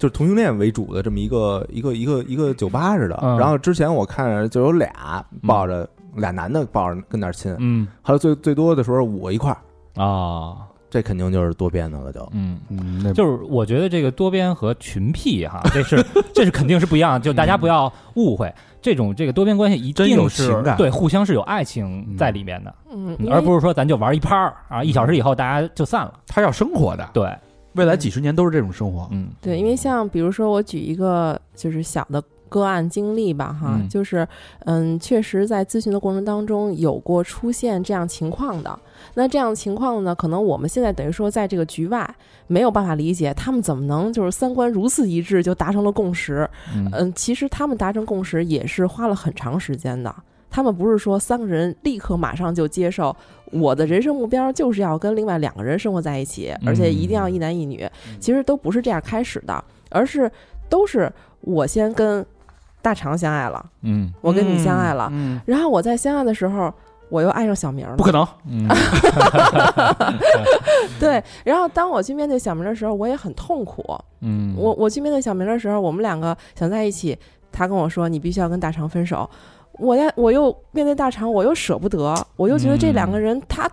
就是同性恋为主的这么一个一个一个一个酒吧似的。
嗯
然后之前我看着就有俩抱着、俩男的抱着跟那儿亲，
嗯
还有最最多的时候五个一块儿，
啊，
这肯定就是多变的了就。
嗯。
嗯，那
就是我觉得这个多边和群 P 哈，这是这是肯定是不 一样的，就大
嗯
家不要误会，这种这个多边关系一
真有
定是
情感
对互相是有爱情在里面的，
嗯，
而不
是
是说咱就玩一拍儿啊，一小时以后大家就散了。
他要生活的，
对，
未来几十年都是这种生活。
嗯，
对，因为像比如说我举一个就是小的。个案经历吧，哈，
嗯
就是，嗯，确实在咨询的过程当中有过出现这样情况的。那这样情况呢，可能我们现在等于说在这个局外没有办法理解，他们怎么能就是三观如此一致就达成了共识，
嗯
嗯，其实他们达成共识也是花了很长时间的。他们不是说三个人立刻马上就接受我的人生目标就是要跟另外两个人生活在一起，而且一
嗯
定要一男一女。其实都不是这样开始的，而是都是我先跟大肠相爱了，
嗯
我跟你相爱了，
嗯，
然后我在相爱的时候我又爱上小明了
不。可能，
嗯
对，然后当我去面对小明的时候，我也很痛苦。
嗯，
我我去面对小明的时候，我们两个想在一起，他跟我说你必须要跟大肠分手，我要我又面对大肠，我又舍不得，我又觉得这两个人他。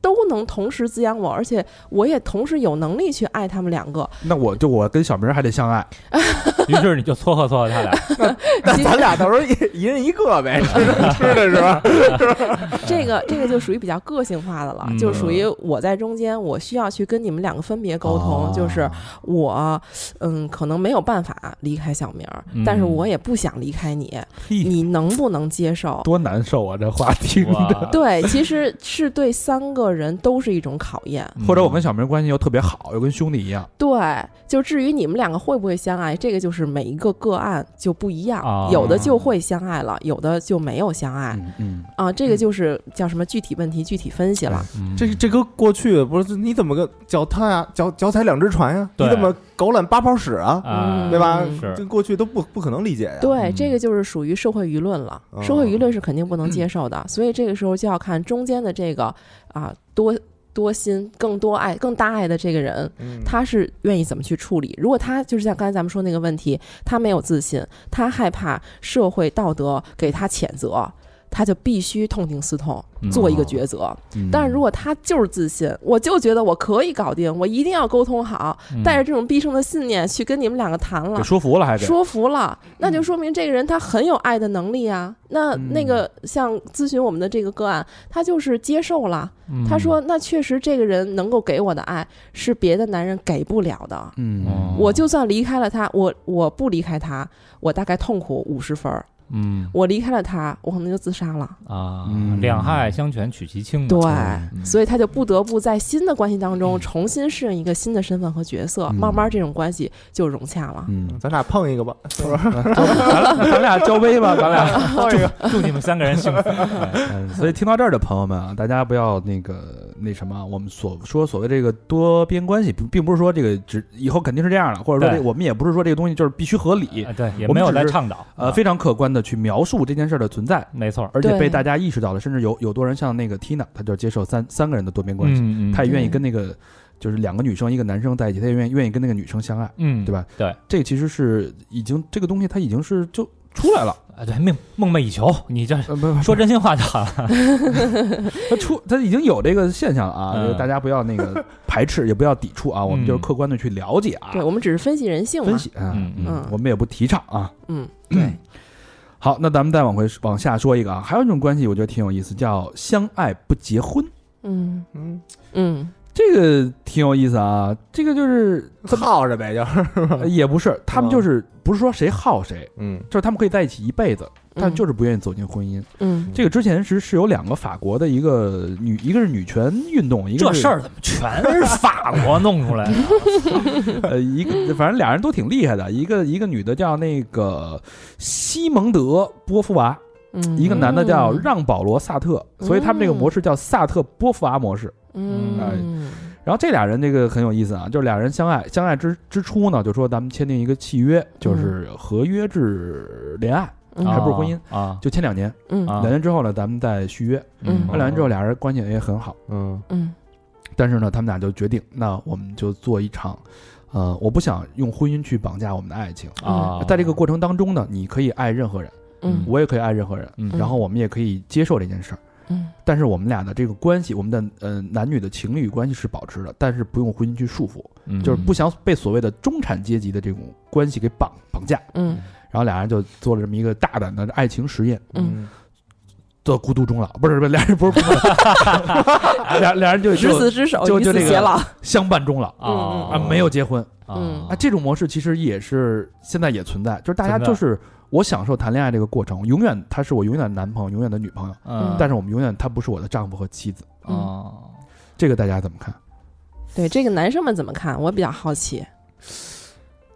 都能同时滋养我，而且我也同时有能力去爱他们两个。
那我就我跟小明还得相爱，
于是你就撮合撮合他 俩，
其实
咱俩到时候一一人一个 呗，吃的吃的是吧？
这个这个就属于比较个性化的了，
嗯
就属于我在中间，我需要去跟你们两个分别沟通，
哦
就是我，嗯，可能没有办法离开小明儿，
嗯
但是我也不想离开你，
嘿，
你能不能接受？
多难受啊！这话听着，
哇，
对，其实是对三个人都是一种考验。
嗯
或者我跟小明关系又特别好，又跟兄弟一样，
对，就至于你们两个会不会相爱，这个就是每一个个案就不一样，
啊
有的就会相爱了，有的就没有相爱、
嗯嗯，
啊。这个就是叫什么具体问题具体分析了。
嗯
这这搁过去不是你怎么个脚踏呀、脚脚踩两只船呀、
对
你怎么狗揽八泡屎啊？
啊，
对吧？
嗯
是
这过去都不不可能理解呀、
对，
嗯
这个就是属于社会舆论了，社会舆论是肯定不能接受的，所以这个时候就要看中间的这个啊多多心、更多爱、更大爱的这个人，
嗯
他是愿意怎么去处理。如果他就是像刚才咱们说那个问题，他没有自信，他害怕社会道德给他谴责，他就必须痛定思痛，做一个抉择。
嗯
但是如果他就是自信，我就觉得我可以搞定，我一定要沟通好，带着这种毕生的信念去跟你们两个谈了
给。嗯说嗯服了还得，
说服了，那就说明这个人他很有爱的能力啊。那
嗯
那个像咨询我们的这个个案，他就是接受了，
嗯
他说：“那确实，这个人能够给我的爱是别的男人给不了的。
嗯，
我就算离开了他，我我不离开他，我大概痛苦五十分儿；
嗯
我离开了他，我可能就自杀了。
啊
嗯，
两害相权取其轻嘛，
对，
嗯
所以他就不得不在新的关系当中重新适应一个新的身份和角色，
嗯
慢慢这种关系就融洽了。
嗯，
咱俩碰一个吧，是不是？
咱俩交杯吧，咱 俩。
哦
祝你们三个人幸福。
嗯，所以听到这儿的朋友们啊，大家不要那个那什么，我们所说所谓这个多边关系，并并不是说这个只以后肯定是这样了，或者说
对
这我们也不是说这个东西就是必须合理
哎，对，也
我们
没有
只
在
是
倡导，
呃，
啊
非常客观的去描述这件事儿的存在，
没错，
而且
对
被大家意识到了，甚至有有多人像那个 Tina，她就接受三三个人的多边关系，
嗯嗯
她也愿意
对
跟那个就是两个女生一个男生在一起，她也愿意愿意跟那个女生相爱，
嗯，
对吧？
对，
这个其实是已经这个东西它已经是就出来了，
啊，对，梦梦寐以求，你这
呃，不不，
说真心话就好了。
它出它已经有这个现象了啊，
嗯
就是大家不要那 个排斥，也不要抵触啊，我们就是
嗯
客观的去了解啊，
对，我们只是分析人性嘛
分。析啊，
嗯
嗯
我们也不提倡啊，
嗯，
好，那咱们再往回往下说一个啊，还有一种关系我觉得挺有意思，叫相爱不结婚，
嗯
嗯，
嗯
这个挺有意思啊。这个 就是
耗着呗，就是，
呃也不是，他们
嗯
就是不是说谁好谁，
嗯
就是他们可以在一起一辈子，但就是不愿意走进婚姻。
嗯
这个之前是是有两个法国的一个女，一个是女权运动，一个
这
是
事儿怎么全是法国弄 出来的？
呃，一个反正俩人都挺厉害的，一个一个女的叫那个西蒙德波伏娃，
嗯，
一个男的叫让保罗萨特，所以他们这个模式叫萨特波伏娃模式。
嗯嗯
然后这俩人这个很有意思啊，就是俩人相爱，相爱之之初呢，就说咱们签订一个契约，就是合约制恋爱，
嗯
还不是婚姻
啊
就签两年，
嗯
啊
两年之后呢，咱们再续约。
嗯
签两年之后，俩人关系也很好，
嗯
嗯
但是呢，他们俩就决定，那我们就做一场，呃，我不想用婚姻去绑架我们的爱情。
啊，
在这个过程当中呢，你可以爱任何人，
嗯
我也可以爱任何人，
嗯
然后我们也可以接受这件事儿。
嗯
但是我们俩的这个关系，我们的呃男女的情侣关系是保持的，但是不用婚姻去束缚。
嗯
就是不想被所谓的中产阶级的这种关系给绑绑架。
嗯
然后俩人就做了这么一个大胆的爱情实验，
嗯，
做孤独终老，不是不是，俩人不是孤 独终老，俩俩人就
执
就
子之手，
就
与
就
子
这个
偕老。
相伴终老
嗯
啊
啊，没有结婚
嗯
啊，这种模式其实也是现在也存在，就是大家
存在
就是我享受谈恋爱这个过程，永远他是我永远的男朋友，永远的女朋友，
嗯，
但是我嗯们永远他不是我的丈夫和妻子，
哦，
这个大家怎么看？
嗯对这个男生们怎么看？我比较好奇。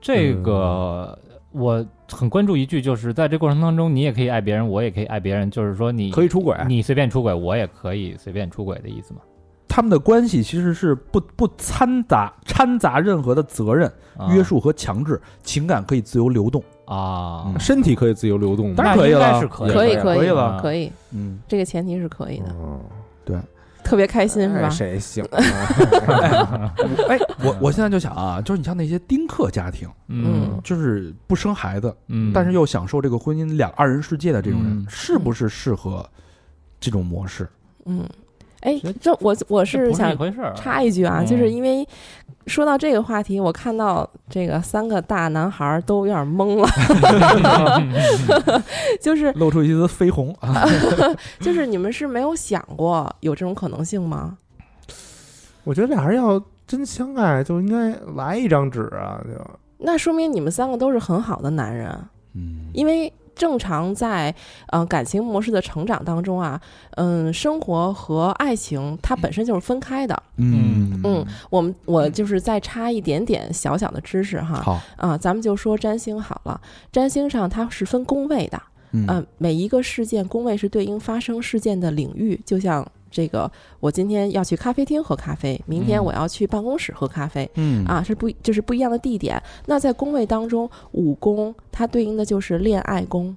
这个我很关注一句，就是在这过程当中，你也可以爱别人，我也可以爱别人，就是说你
可以出轨，
你随便出轨，我也可以随便出轨的意思嘛？
他们的关系其实是不不掺杂掺杂任何的责任，
啊
约束和强制，情感可以自由流动。
啊
嗯，
身体可以自由流动吗，
当然可以了
那应该是可以的，
可以
可
以
可以
啊
了
可以，
嗯，
这个前提是可以的，
嗯
特别开心是吧
哎？谁行 啊？
哎，我我现在就想啊，就是你像那些丁克家庭，
嗯
就是不生孩子，
嗯，
但是又享受这个婚姻两二人世界的这种人
嗯，
是不是适合这种模式？
嗯，哎，这我我
这
是
不是一
想
回事儿，
插一句啊，就是
嗯
因为说到这个话题，我看到这个三个大男孩儿都有点懵 了， 就是
露出一丝绯红啊！
就是你们是没有想过有这种可能性吗？
我觉得俩人要真相爱，就应该来一张纸啊，就
那说明你们三个都是很好的男人，
嗯，
因为正常在呃感情模式的成长当中啊，嗯，生活和爱情它本身就是分开的。
嗯
嗯，我们我就是再插一点点小小的知识哈，
好，
啊，咱们就说占星好了，占星上它是分宫位的，
嗯
嗯，每一个事件宫位是对应发生事件的领域，就像这个，我今天要去咖啡厅喝咖啡，明天
嗯
我要去办公室喝咖啡，
嗯
啊，是不就是不一样的地点。那在宫位当中，五宫它对应的就是恋爱宫，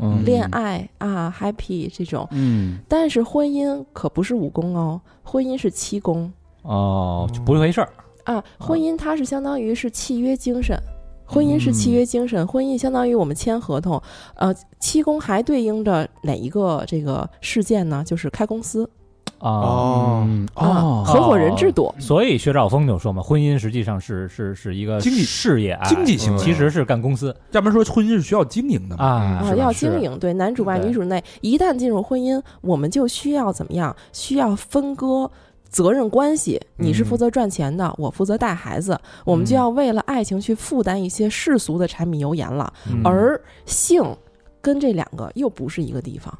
嗯
恋爱啊，happy 这种。
嗯，
但是婚姻可不是五宫哦，婚姻是七宫
哦，就不是一回事儿，
啊，婚姻它是相当于是契约精神。婚姻是契约精神，婚姻相当于我们签合同，呃，七宫还对应着哪一个这个事件呢？就是开公司
哦。
嗯
啊，
哦，
合伙人制度，
所以薛兆丰就说嘛，婚姻实际上是是是一个
经济
事业啊，
经济行为，嗯
其实是干公司
要不然说婚姻是需要经营的嘛？
啊
啊，
是吧
要
是
经营，对，男主外
对
女主内。一旦进入婚姻，我们就需要怎么样？需要分割责任关系。你是负
嗯
责赚钱的，我负责带孩子，我们
嗯
就要为了爱情去负担一些世俗的柴米油盐了。
嗯
而性跟这两个又不是一个地方，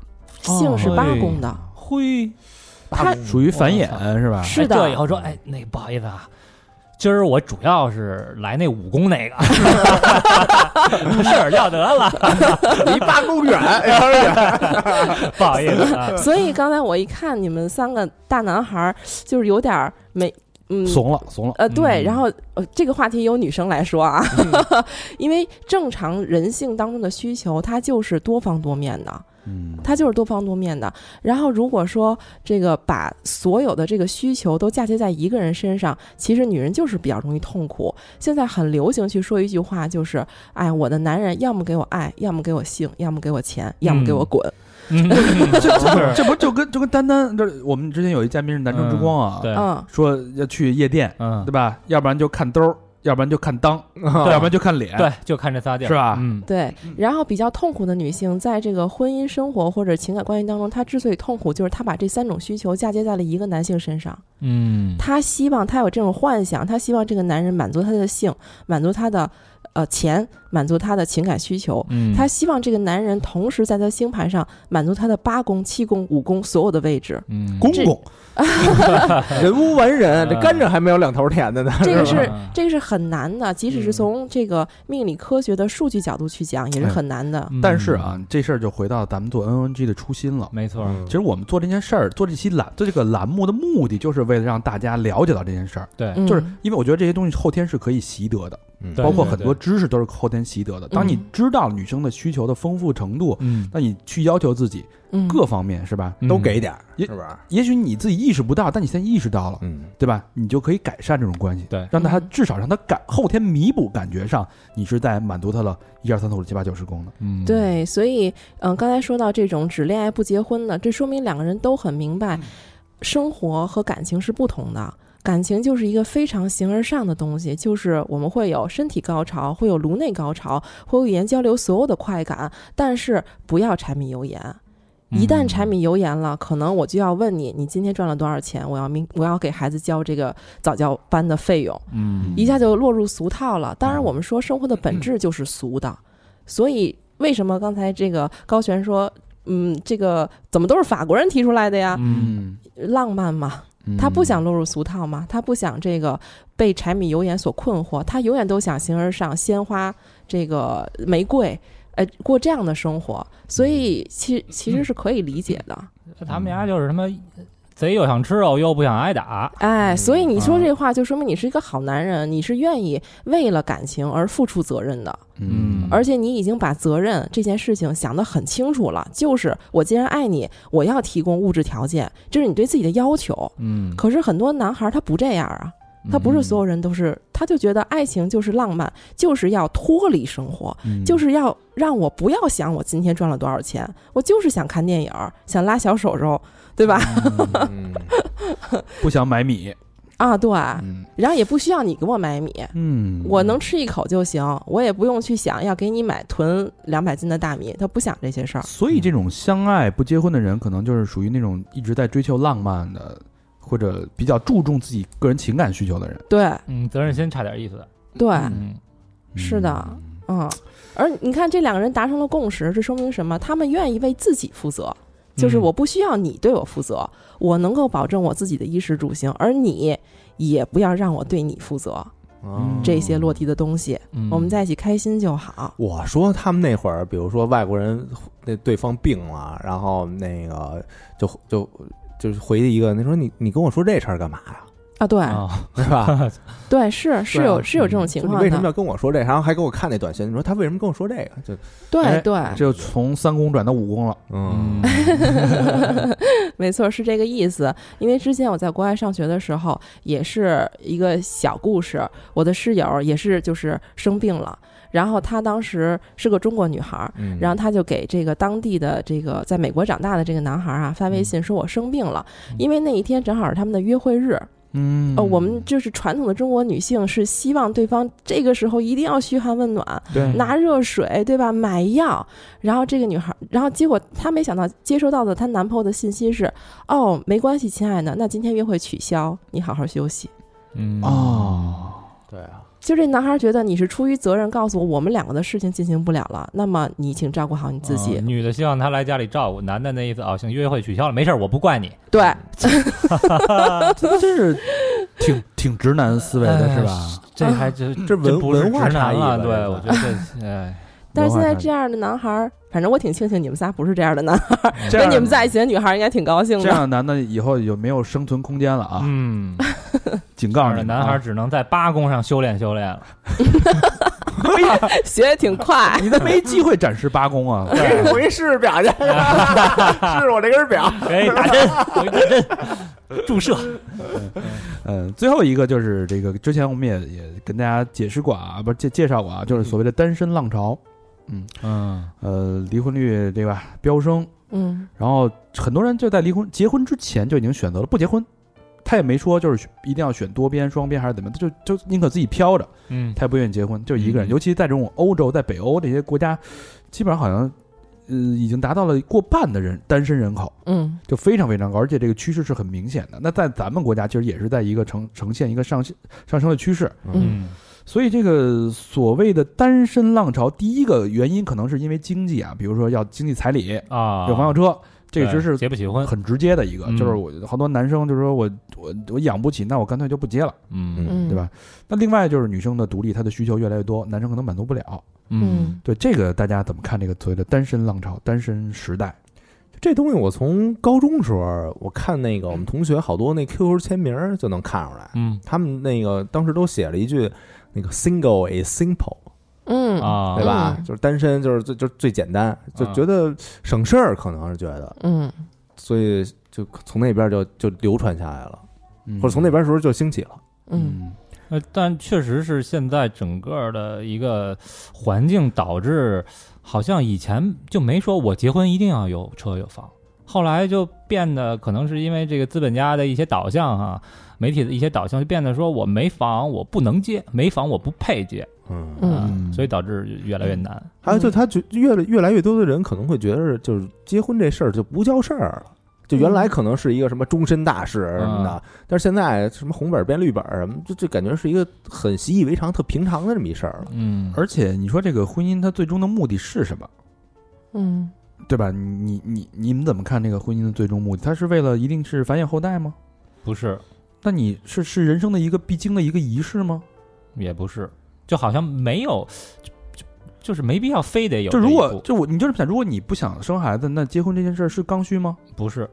哦
性是八宫的，
啊嘿，
它
属 于繁衍
我
是吧？
是
哎这以
的，
后说，哎，那个不好意思 啊，今儿我主要是来那武功那个，事儿要 得了，
离八公远，哎当然远
不好意思啊，
所以刚才我一看你们三个大男孩儿，就是有点儿没，嗯，
怂了，怂了。
呃，对，
嗯
然后呃，这个话题由女生来说啊， 因为正常人性当中的需求，它就是多方多面的，
嗯，
它就是多方多面的。然后如果说这个把所有的这个需求都嫁接在一个人身上，其实女人就是比较容易痛苦。现在很流行去说一句话，就是哎，我的男人要么给我爱，要么给我性，要么给我钱，要么给我滚。
嗯， 是
这不就跟就跟丹丹这我们之前有一嘉宾是南城之光啊，
对，
嗯，
说要去夜店，
嗯
对，吧？要不然就看兜儿，要不然就看裆，要不然就看脸，
嗯
对，就看这仨地儿
是吧
嗯，
对，然后比较痛苦的女性，在这个婚姻生活或者情感关系当中，她之所以痛苦，就是她把这三种需求嫁接在了一个男性身上。
嗯，
她希望，她有这种幻想，她希望这个男人满足她的性，满足她的呃钱，满足她的情感需求。
嗯，
她希望这个男人同时在她星盘上满足她的八宫、七宫、五宫所有的位置。
嗯，
公
这
公
人无完人，这
嗯
甘蔗还没有两头甜的呢。
这个是
吧
这个是很难的，即使是从这个命理科学的数据角度去讲，也是
嗯哎
很难的。
嗯
但是啊，，嗯这事儿就回到咱们做 NNG 的初心了。
没错，
嗯
其实我们做这件事儿，做这期栏做这个栏目的目的，就是为了让大家了解到这件事儿。
对，
嗯
就是因为我觉得这些东西后天是可以习得的，
嗯
对
包括很多知识都是后天习得的。当你
嗯
知道女生的需求的丰富程度，
嗯，
那你去要求自己
嗯
各方面是吧？
嗯
都给，点儿，
也
是吧？
也许你自己意识不到，但你现在意识到了，
嗯，
对吧？你就可以改善这种关系，
对
让他
嗯
至少让他感后天弥补感觉上，你是在满足他了一二三四五六七八九十功能。
嗯，
对，所以嗯、呃刚才说到这种只恋爱不结婚的，这说明两个人都很明白，生活和感情是不同的。感情就是一个非常形而上的东西，就是我们会有身体高潮，会有颅内高潮，会有语言交流所有的快感，但是不要柴米油盐。一旦柴米油盐了，可能我就要问你，你今天赚了多少钱？我要明我要给孩子交这个早教班的费用。
嗯，
一下就落入俗套了。当然，我们说生活的本质就是俗的，所以为什么刚才这个高璇说，嗯，这个怎么都是法国人提出来的呀？
嗯，
浪漫嘛，
嗯
他不想落入俗套嘛，他不想这个被柴米油盐所困惑，他永远都想形而上，鲜花这个玫瑰。呃，过这样的生活，所以其其实是可以理解的，
他们家就是他妈贼又想吃肉又不想挨打，
哎，所以你说这话就说明你是一个好男人，你是愿意为了感情而付出责任的。
嗯
而且你已经把责任这件事情想得很清楚了，就是我既然爱你，我要提供物质条件，这是你对自己的要求。
嗯，
可是很多男孩他不这样啊，他不是所有人都是，他就觉得爱情就是浪漫，就是要脱离生活，
嗯
嗯
就是要让我不要想我今天赚了多少钱，我就是想看电影儿，想拉小手手，对吧？
嗯
不想买米，
啊，对，
嗯
然后也不需要你给我买米。
嗯
我能吃一口就行，我也不用去想要给你买囤两百斤的大米，他不想这些事儿。
所以这种相爱不结婚的人，可能就是属于那种一直在追求浪漫的，或者比较注重自己个人情感需求的人。
对
嗯，责任心差点意思，
对，
嗯，
是的，嗯，而你看这两个人达成了共识，这说明什么？他们愿意为自己负责，就是我不需要你对我负责，我能够保证我自己的衣食住行，而你也不要让我对你负责。
哦
这些落地的东西，
嗯
我们在一起开心就好。
我说他们那会儿，比如说外国人那对方病了，然后那个就就就是回一个，那说你你跟我说这事儿干嘛呀？
啊，对
啊，
对吧？
对，是是有是有这种
嗯
情
就你
况
为什么
的，
要跟我说这？然后还给我看那短信，你说他为什么跟我说这个？就
对
哎
对，
这就从三公转到五公了。
嗯，
没错，是这个意思。因为之前我在国外上学的时候，也是一个小故事。我的室友也是，就是生病了，然后她当时是个中国女孩，儿，
嗯
然后她就给这个当地的这个在美国长大的这个男孩儿啊发微信说：“我生病了。”因为那一天正好是他们的约会日。
嗯
呃，我们就是传统的中国女性是希望对方这个时候一定要嘘寒问暖，
对
拿热水，对吧？买药，然后这个女孩，然后结果她没想到接收到的她男朋友的信息是：哦，没关系，亲爱的，那今天约会取消，你好好休息。
嗯，
哦，
对 啊，
就这男孩觉得你是出于责任告诉我，我们两个的事情进行不了了，那么你请照顾好你自己。
哦女的希望他来家里照顾，男的那意思啊，行，约会取消了，没事，我不怪你，
对，
这真是挺挺直
呃
哎男思维的，是吧？
这还这
这文
不是
文化
直
差
男
异
了，
吧
对，我觉得，哎，
但是现在
差
这样的男孩儿，反正我挺庆幸你们仨不是这样的男孩儿，
哎
这
跟
样
你们在一起的女孩儿应该挺高兴
这
的。
样男的以后有没有生存空间了啊？
嗯，
警
这
告
样
你
的
们
男孩
啊，
只能在八公上修炼修炼了。
学的挺快，
你都没机会展示八公啊！
我一试试表去，试我这根表。
哎，打针，回打针，注射。
嗯，最后一个就是这个，之前我们也也跟大家解释过啊，不是介介绍过啊，就是所谓的单身浪潮，
嗯，
呃，离婚率对吧飙升，
嗯，
然后很多人就在离婚结婚之前就已经选择了不结婚，他也没说就是一定要选多边、双边还是怎么，他就就宁可自己飘着，
嗯，
他也不愿意结婚，就一个人。
嗯
尤其在这种欧洲，在北欧这些国家，基本上好像呃已经达到了过半的人单身人口，
嗯，
就非常非常高，而且这个趋势是很明显的。那在咱们国家，其实也是在一个呈 呈现一个上上升的趋势。
嗯，
所以这个所谓的单身浪潮，第一个原因可能是因为经济啊，比如说要经济彩礼，
啊，
有房有车，这个
对
其实是
结不起婚。
很直接的一个，
嗯
就是我好多男生就说我我我养不起，那我干脆就不结了，
嗯
嗯，
对？吧？那另外就是女生的独立，她的需求越来越多，男生可能满足不了。
嗯
嗯，
对这个大家怎么看这个所谓的单身浪潮、单身时代？
这东西我从高中时候，我看那个我们同学好多那 QQ 签名儿就能看出来，
嗯
他们那个当时都写了一句那个 “single is simple”，
嗯
啊，
对吧？
嗯
就是单身就是最就是最简单，就
啊
觉得省事儿，可能是觉得，
嗯
所以就从那边就就流传下来了，
嗯
或者从那边时候就兴起了。
嗯，
呃，但确实是现在整个的一个环境导致，好像以前就没说我结婚一定要有车有房，后来就变得可能是因为这个资本家的一些导向哈、媒体的一些导向，就变得说我没房我不能结，没房我不配结，
嗯
嗯
啊所以导致越来越难。
还有
嗯
就他觉越来越来越多的人可能会觉得，就是结婚这事儿就不叫事儿了。就原
嗯
来可能是一个什么终身大事什么的，
啊
但是现在什么红本儿变绿本儿什么，就就感觉是一个很习以为常、特平常的这么一事儿 了。
嗯
而且你说这个婚姻它最终的目的是什么？
嗯
对吧？你你你们怎么看这个婚姻的最终目的？它是为了一定是繁衍后代吗？
不是，
那你是是人生的一个必经的一个仪式吗？
也不是，就好像没有，就就就是没必要非得有这
就
一步。
如果就我你就是想，如果你不想生孩子，那结婚这件事儿是刚需吗？
不是，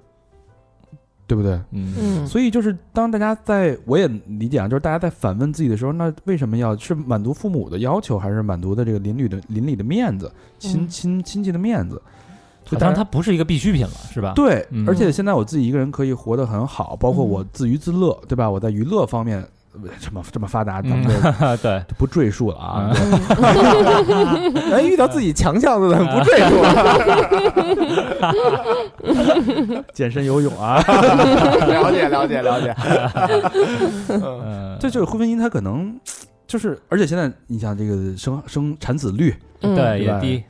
对不对？
嗯
嗯，
所以就是当大家在我也理解啊，就是大家在反问自己的时候，那为什么要是满足父母的要求，还是满足的这个邻里的邻里的面子、亲
嗯
亲亲戚的面子？就
好像
大家
它不是一个必需品了，是吧？
对
嗯，
而且现在我自己一个人可以活得很好，包括我自娱自乐，对吧？我在娱乐方面呃这么这么发达，咱们就
啊，对，
不赘述了啊。
嗯
哎，遇到自己强项的， 不赘述了。
健身游泳 啊，
了解，了解，了解。
嗯，
这就是婚姻，它可能就是，而且现在你想这个生生产子率，
嗯
对，
对
也
吧
低。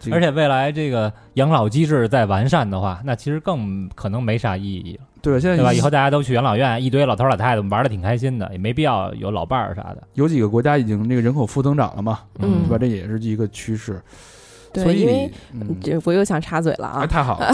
这个
而且未来这个养老机制再完善的话，那其实更可能没啥意义了，
对吧？现在
对吧？以后大家都去养老院，一堆老头老太太玩的挺开心的，也没必要有老伴儿啥的。
有几个国家已经这个人口负增长了嘛，
嗯
对吧？这也是一个趋势。所
对，因为
以，嗯，
这我又想插嘴了
啊，
啊，
太好 了，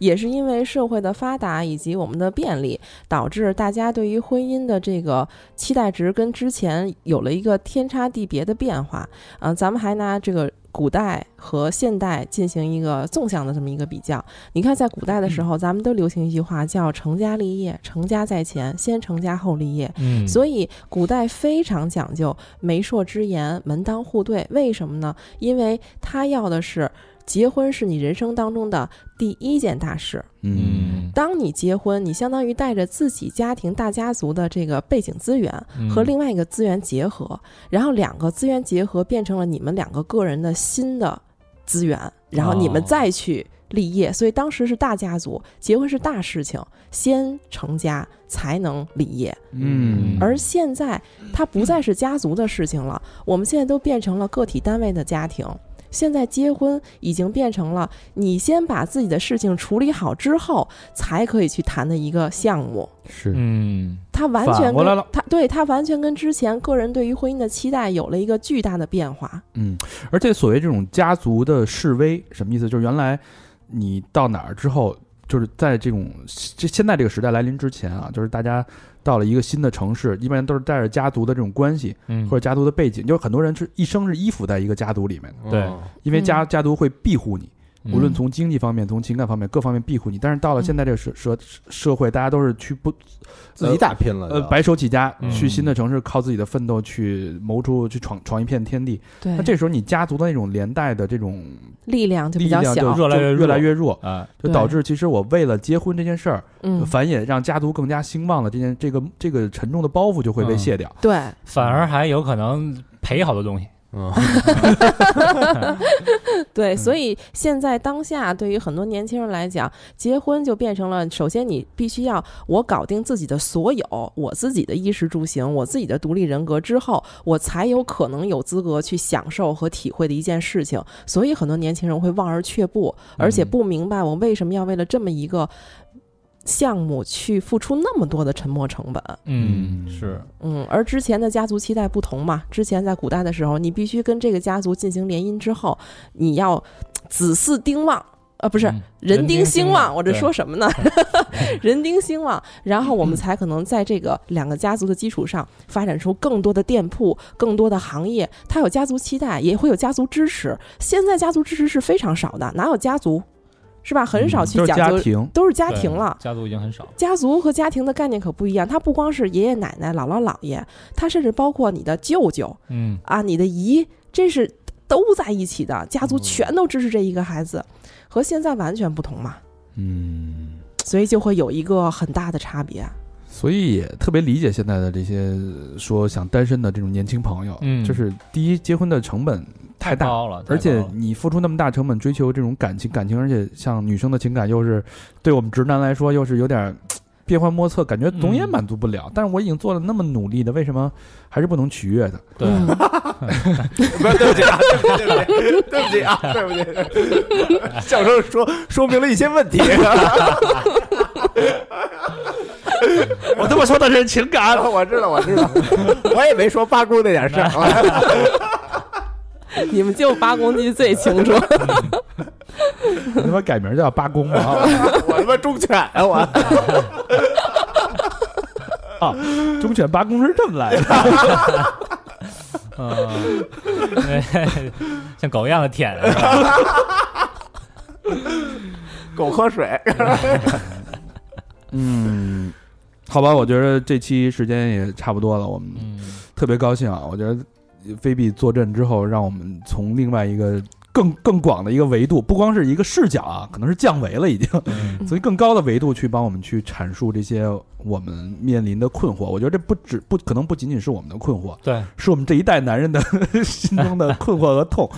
也是因为社会的发达以及我们的便利，导致大家对于婚姻的这个期待值跟之前有了一个天差地别的变化。啊，咱们还拿这个古代和现代进行一个纵向的这么一个比较。你看，在古代的时
嗯
候，咱们都流行一句话叫“成家立业”，成家在前，先成家后立业。
嗯
所以古代非常讲究媒妁之言、门当户对，为什么呢？因为他要的是结婚是你人生当中的第一件大事。
嗯，
当你结婚，你相当于带着自己家庭大家族的这个背景资源
嗯
和另外一个资源结合，然后两个资源结合变成了你们两个个人的新的资源，然后你们
哦
再去立业。所以当时是大家族，结婚是大事情，先成家才能立业。
嗯，
而现在它不再是家族的事情了，我们现在都变成了个体单位的家庭。现在结婚已经变成了你先把自己的事情处理好之后，才可以去谈的一个项目。
是
嗯
它完
反
全
过来
跟
了
它对它完全跟之前个人对于婚姻的期待有了一个巨大的变化。
嗯，而且所谓这种家族的示威什么意思？就是原来你到哪儿之后，就是在这种这现在这个时代来临之前啊，就是大家到了一个新的城市，一般都是带着家族的这种关系
嗯
或者家族的背景，就是很多人是一生是依附在一个家族里面的，
对
哦
因为
嗯
家家族会庇护你，
嗯
无论从经济方面、从情感方面各方面庇护你。但是到了
嗯
现在这个社社社会，大家都是去不
自己打拼了就，
呃白手起家，
嗯
去新的城市靠自己的奋斗去谋出去闯闯一片天地。
对，
那这时候你家族的那种连带的这种
力量就
力
比较
量就
小，
弱了
就
越弱
越来越弱，
啊，
就
对
导致其实我为了结婚这件事儿，
嗯，
反也让家族更加兴旺了。这件这个这个沉重的包袱就会
嗯
被卸掉。
对，
反而还有可能赔好多东西。
嗯，
对，
嗯
所以现在当下对于很多年轻人来讲，结婚就变成了首先你必须要我搞定自己的所有，我自己的衣食住行，我自己的独立人格之后，我才有可能有资格去享受和体会的一件事情。所以很多年轻人会望而却步，而且不明白我为什么要为了这么一个项目去付出那么多的沉没成本。
嗯，是，
嗯，而之前的家族期待不同嘛，之前在古代的时候，你必须跟这个家族进行联姻之后，你要子嗣丁旺。啊，不
不
是人丁兴旺，我这说
是
什 么呢？人丁兴旺，然后我们才可能在这个两个家族的基础上发展出更多的店铺、更多的行业。它有家族期待，也会有家族支持。现在家族支持是非常少的，哪有家族，是吧？很少去
就是
讲
家
究，
庭，
嗯都是家庭了。
家族已经很少了。
家族和家庭的概念可不一样，它不光是爷爷奶奶、姥姥姥爷，它甚至包括你的舅舅
嗯，
啊、你的姨，这是都在一起的，家族
嗯
全都支持这一个孩子，和现在完全不同嘛，
嗯，
所以就会有一个很大的差别。
所以也特别理解现在的这些呃说想单身的这种年轻朋友，
嗯
就是第一，结婚的成本太大，
高了，
而
太
且
高了
你付出那么大成本追求这种感情，感情，而且像女生的情感又是对我们直男来说又是有点儿变幻莫测，感觉总也
嗯
满足不了。但是我已经做了那么努力的，为什么还是不能取 悦的？
对，
不 是，对不起啊，对不起，对不起啊，对不起，啊笑声说说明了一些问题。
我他妈说的是情感，
啊我知道，我知道，我也没说八姑那点事 儿。
你们就八公鸡最清楚。
你他妈改名叫八公嘛？
我他妈忠犬啊！我
忠犬八公是这么来的。
嗯，对
嗯
像狗一样的 舔，是吧
狗喝水，
嗯，好吧，我觉得这期时间也差不多了，我们
嗯，
特别高兴啊！我觉得菲比坐镇之后，让我们从另外一个更更广的一个维度，不光是一个视角啊，可能是降维了已经，
嗯
从更高的维度去帮我们去阐述这些我们面临的困惑。我觉得这不止不可能不仅仅是我们的困惑，
对，
是我们这一代男人的 心中的困惑和痛。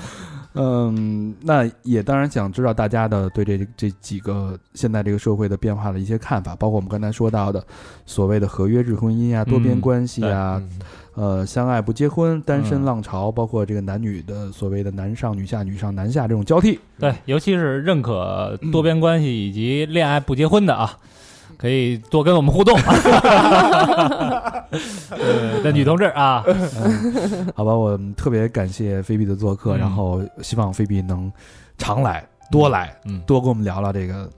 嗯，那也当然想知道大家的对这这几个现在这个社会的变化的一些看法，包括我们刚才说到的所谓的合约制婚姻啊、多边
嗯
关系
对
啊、呃，相爱不结婚、单身
嗯
浪潮，包括这个男女的所谓的男上女下、女上男下这种交替。
对，尤其是认可多边关系以及恋爱不结婚的啊，可以多跟我们互 动。呃，的女同志啊，
嗯、好吧，我们特别感谢菲比的做客，
嗯
然后希望菲比能常来、多来、
嗯，
多跟我们聊聊这个。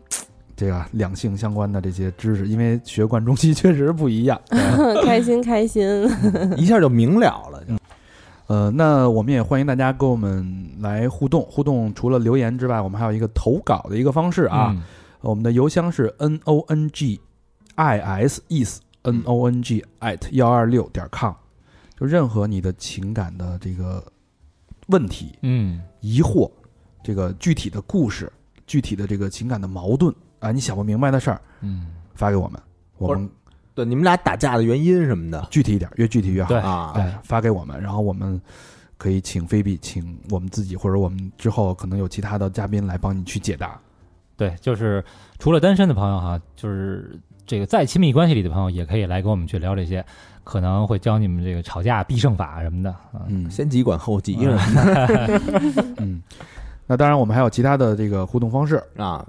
这个两性相关的这些知识，因为学贯中西确实不一样。
嗯开心嗯开心，
一下就明了了。
呃，那我们也欢迎大家跟我们来互动。互动除了留言之外，我们还有一个投稿的一个方式啊。
嗯，
我们的邮箱是 n o n g i s is
嗯
n o n g at 幺二六点 com，就任何你的情感的这个问题、
嗯，
疑惑，这个具体的故事、具体的这个情感的矛盾啊，你想不明白的事儿，
嗯，
发给我们，我们
对，你们俩打架的原因什么的
具体一点，越具体越好
对。
啊？
哎，发给我们，然后我们可以请菲比，请我们自己或者我们之后可能有其他的嘉宾来帮你去解答。
对，就是除了单身的朋友哈，就是这个在亲密关系里的朋友，也可以来跟我们去聊这些，可能会教你们这个吵架必胜法什么的。嗯，
嗯，
先急管后急什么
嗯，那当然我们还有其他的这个互动方式。
的啊？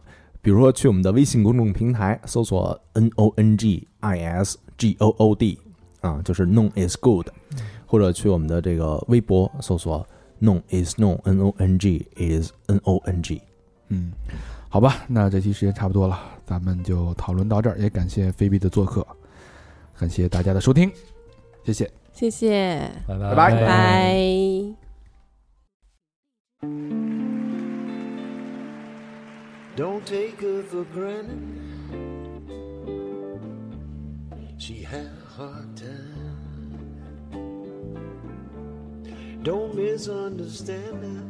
比如说去我们的微信公众平台搜索 N O N G I S G O O D 啊，就是 Known is good，或者去我们的这个微博搜索 Known is known N O N G is N O N G。
嗯，好吧，那这期时间差不多了，咱们就讨论到这儿，也感谢菲比的做客，感谢大家的收听，谢谢。
谢谢，
拜
拜
拜
拜
拜。
Don't take her for granted. She had a hard time. Don't misunderstand her.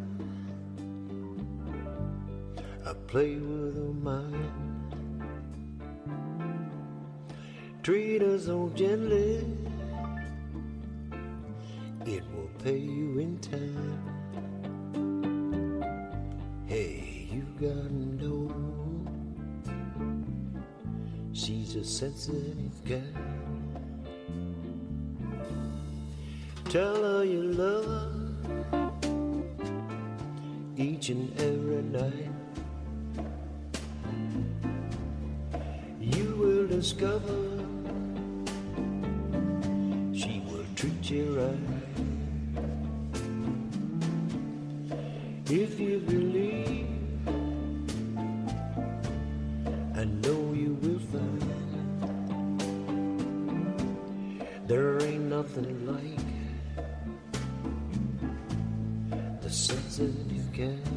I play with her mind. Treat her so gently. It will pay you in time. Hey, you gotta know she's a sensitive girl. Tell her you love her each and every night. You will discover she will treat you right. If you believe, I know you will find there ain't nothing like the sensitive kind.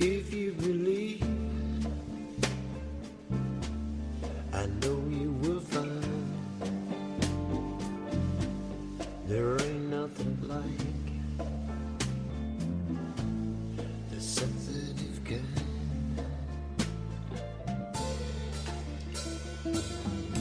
If you believe, I know you will find there ain't nothing like the sensitive kind.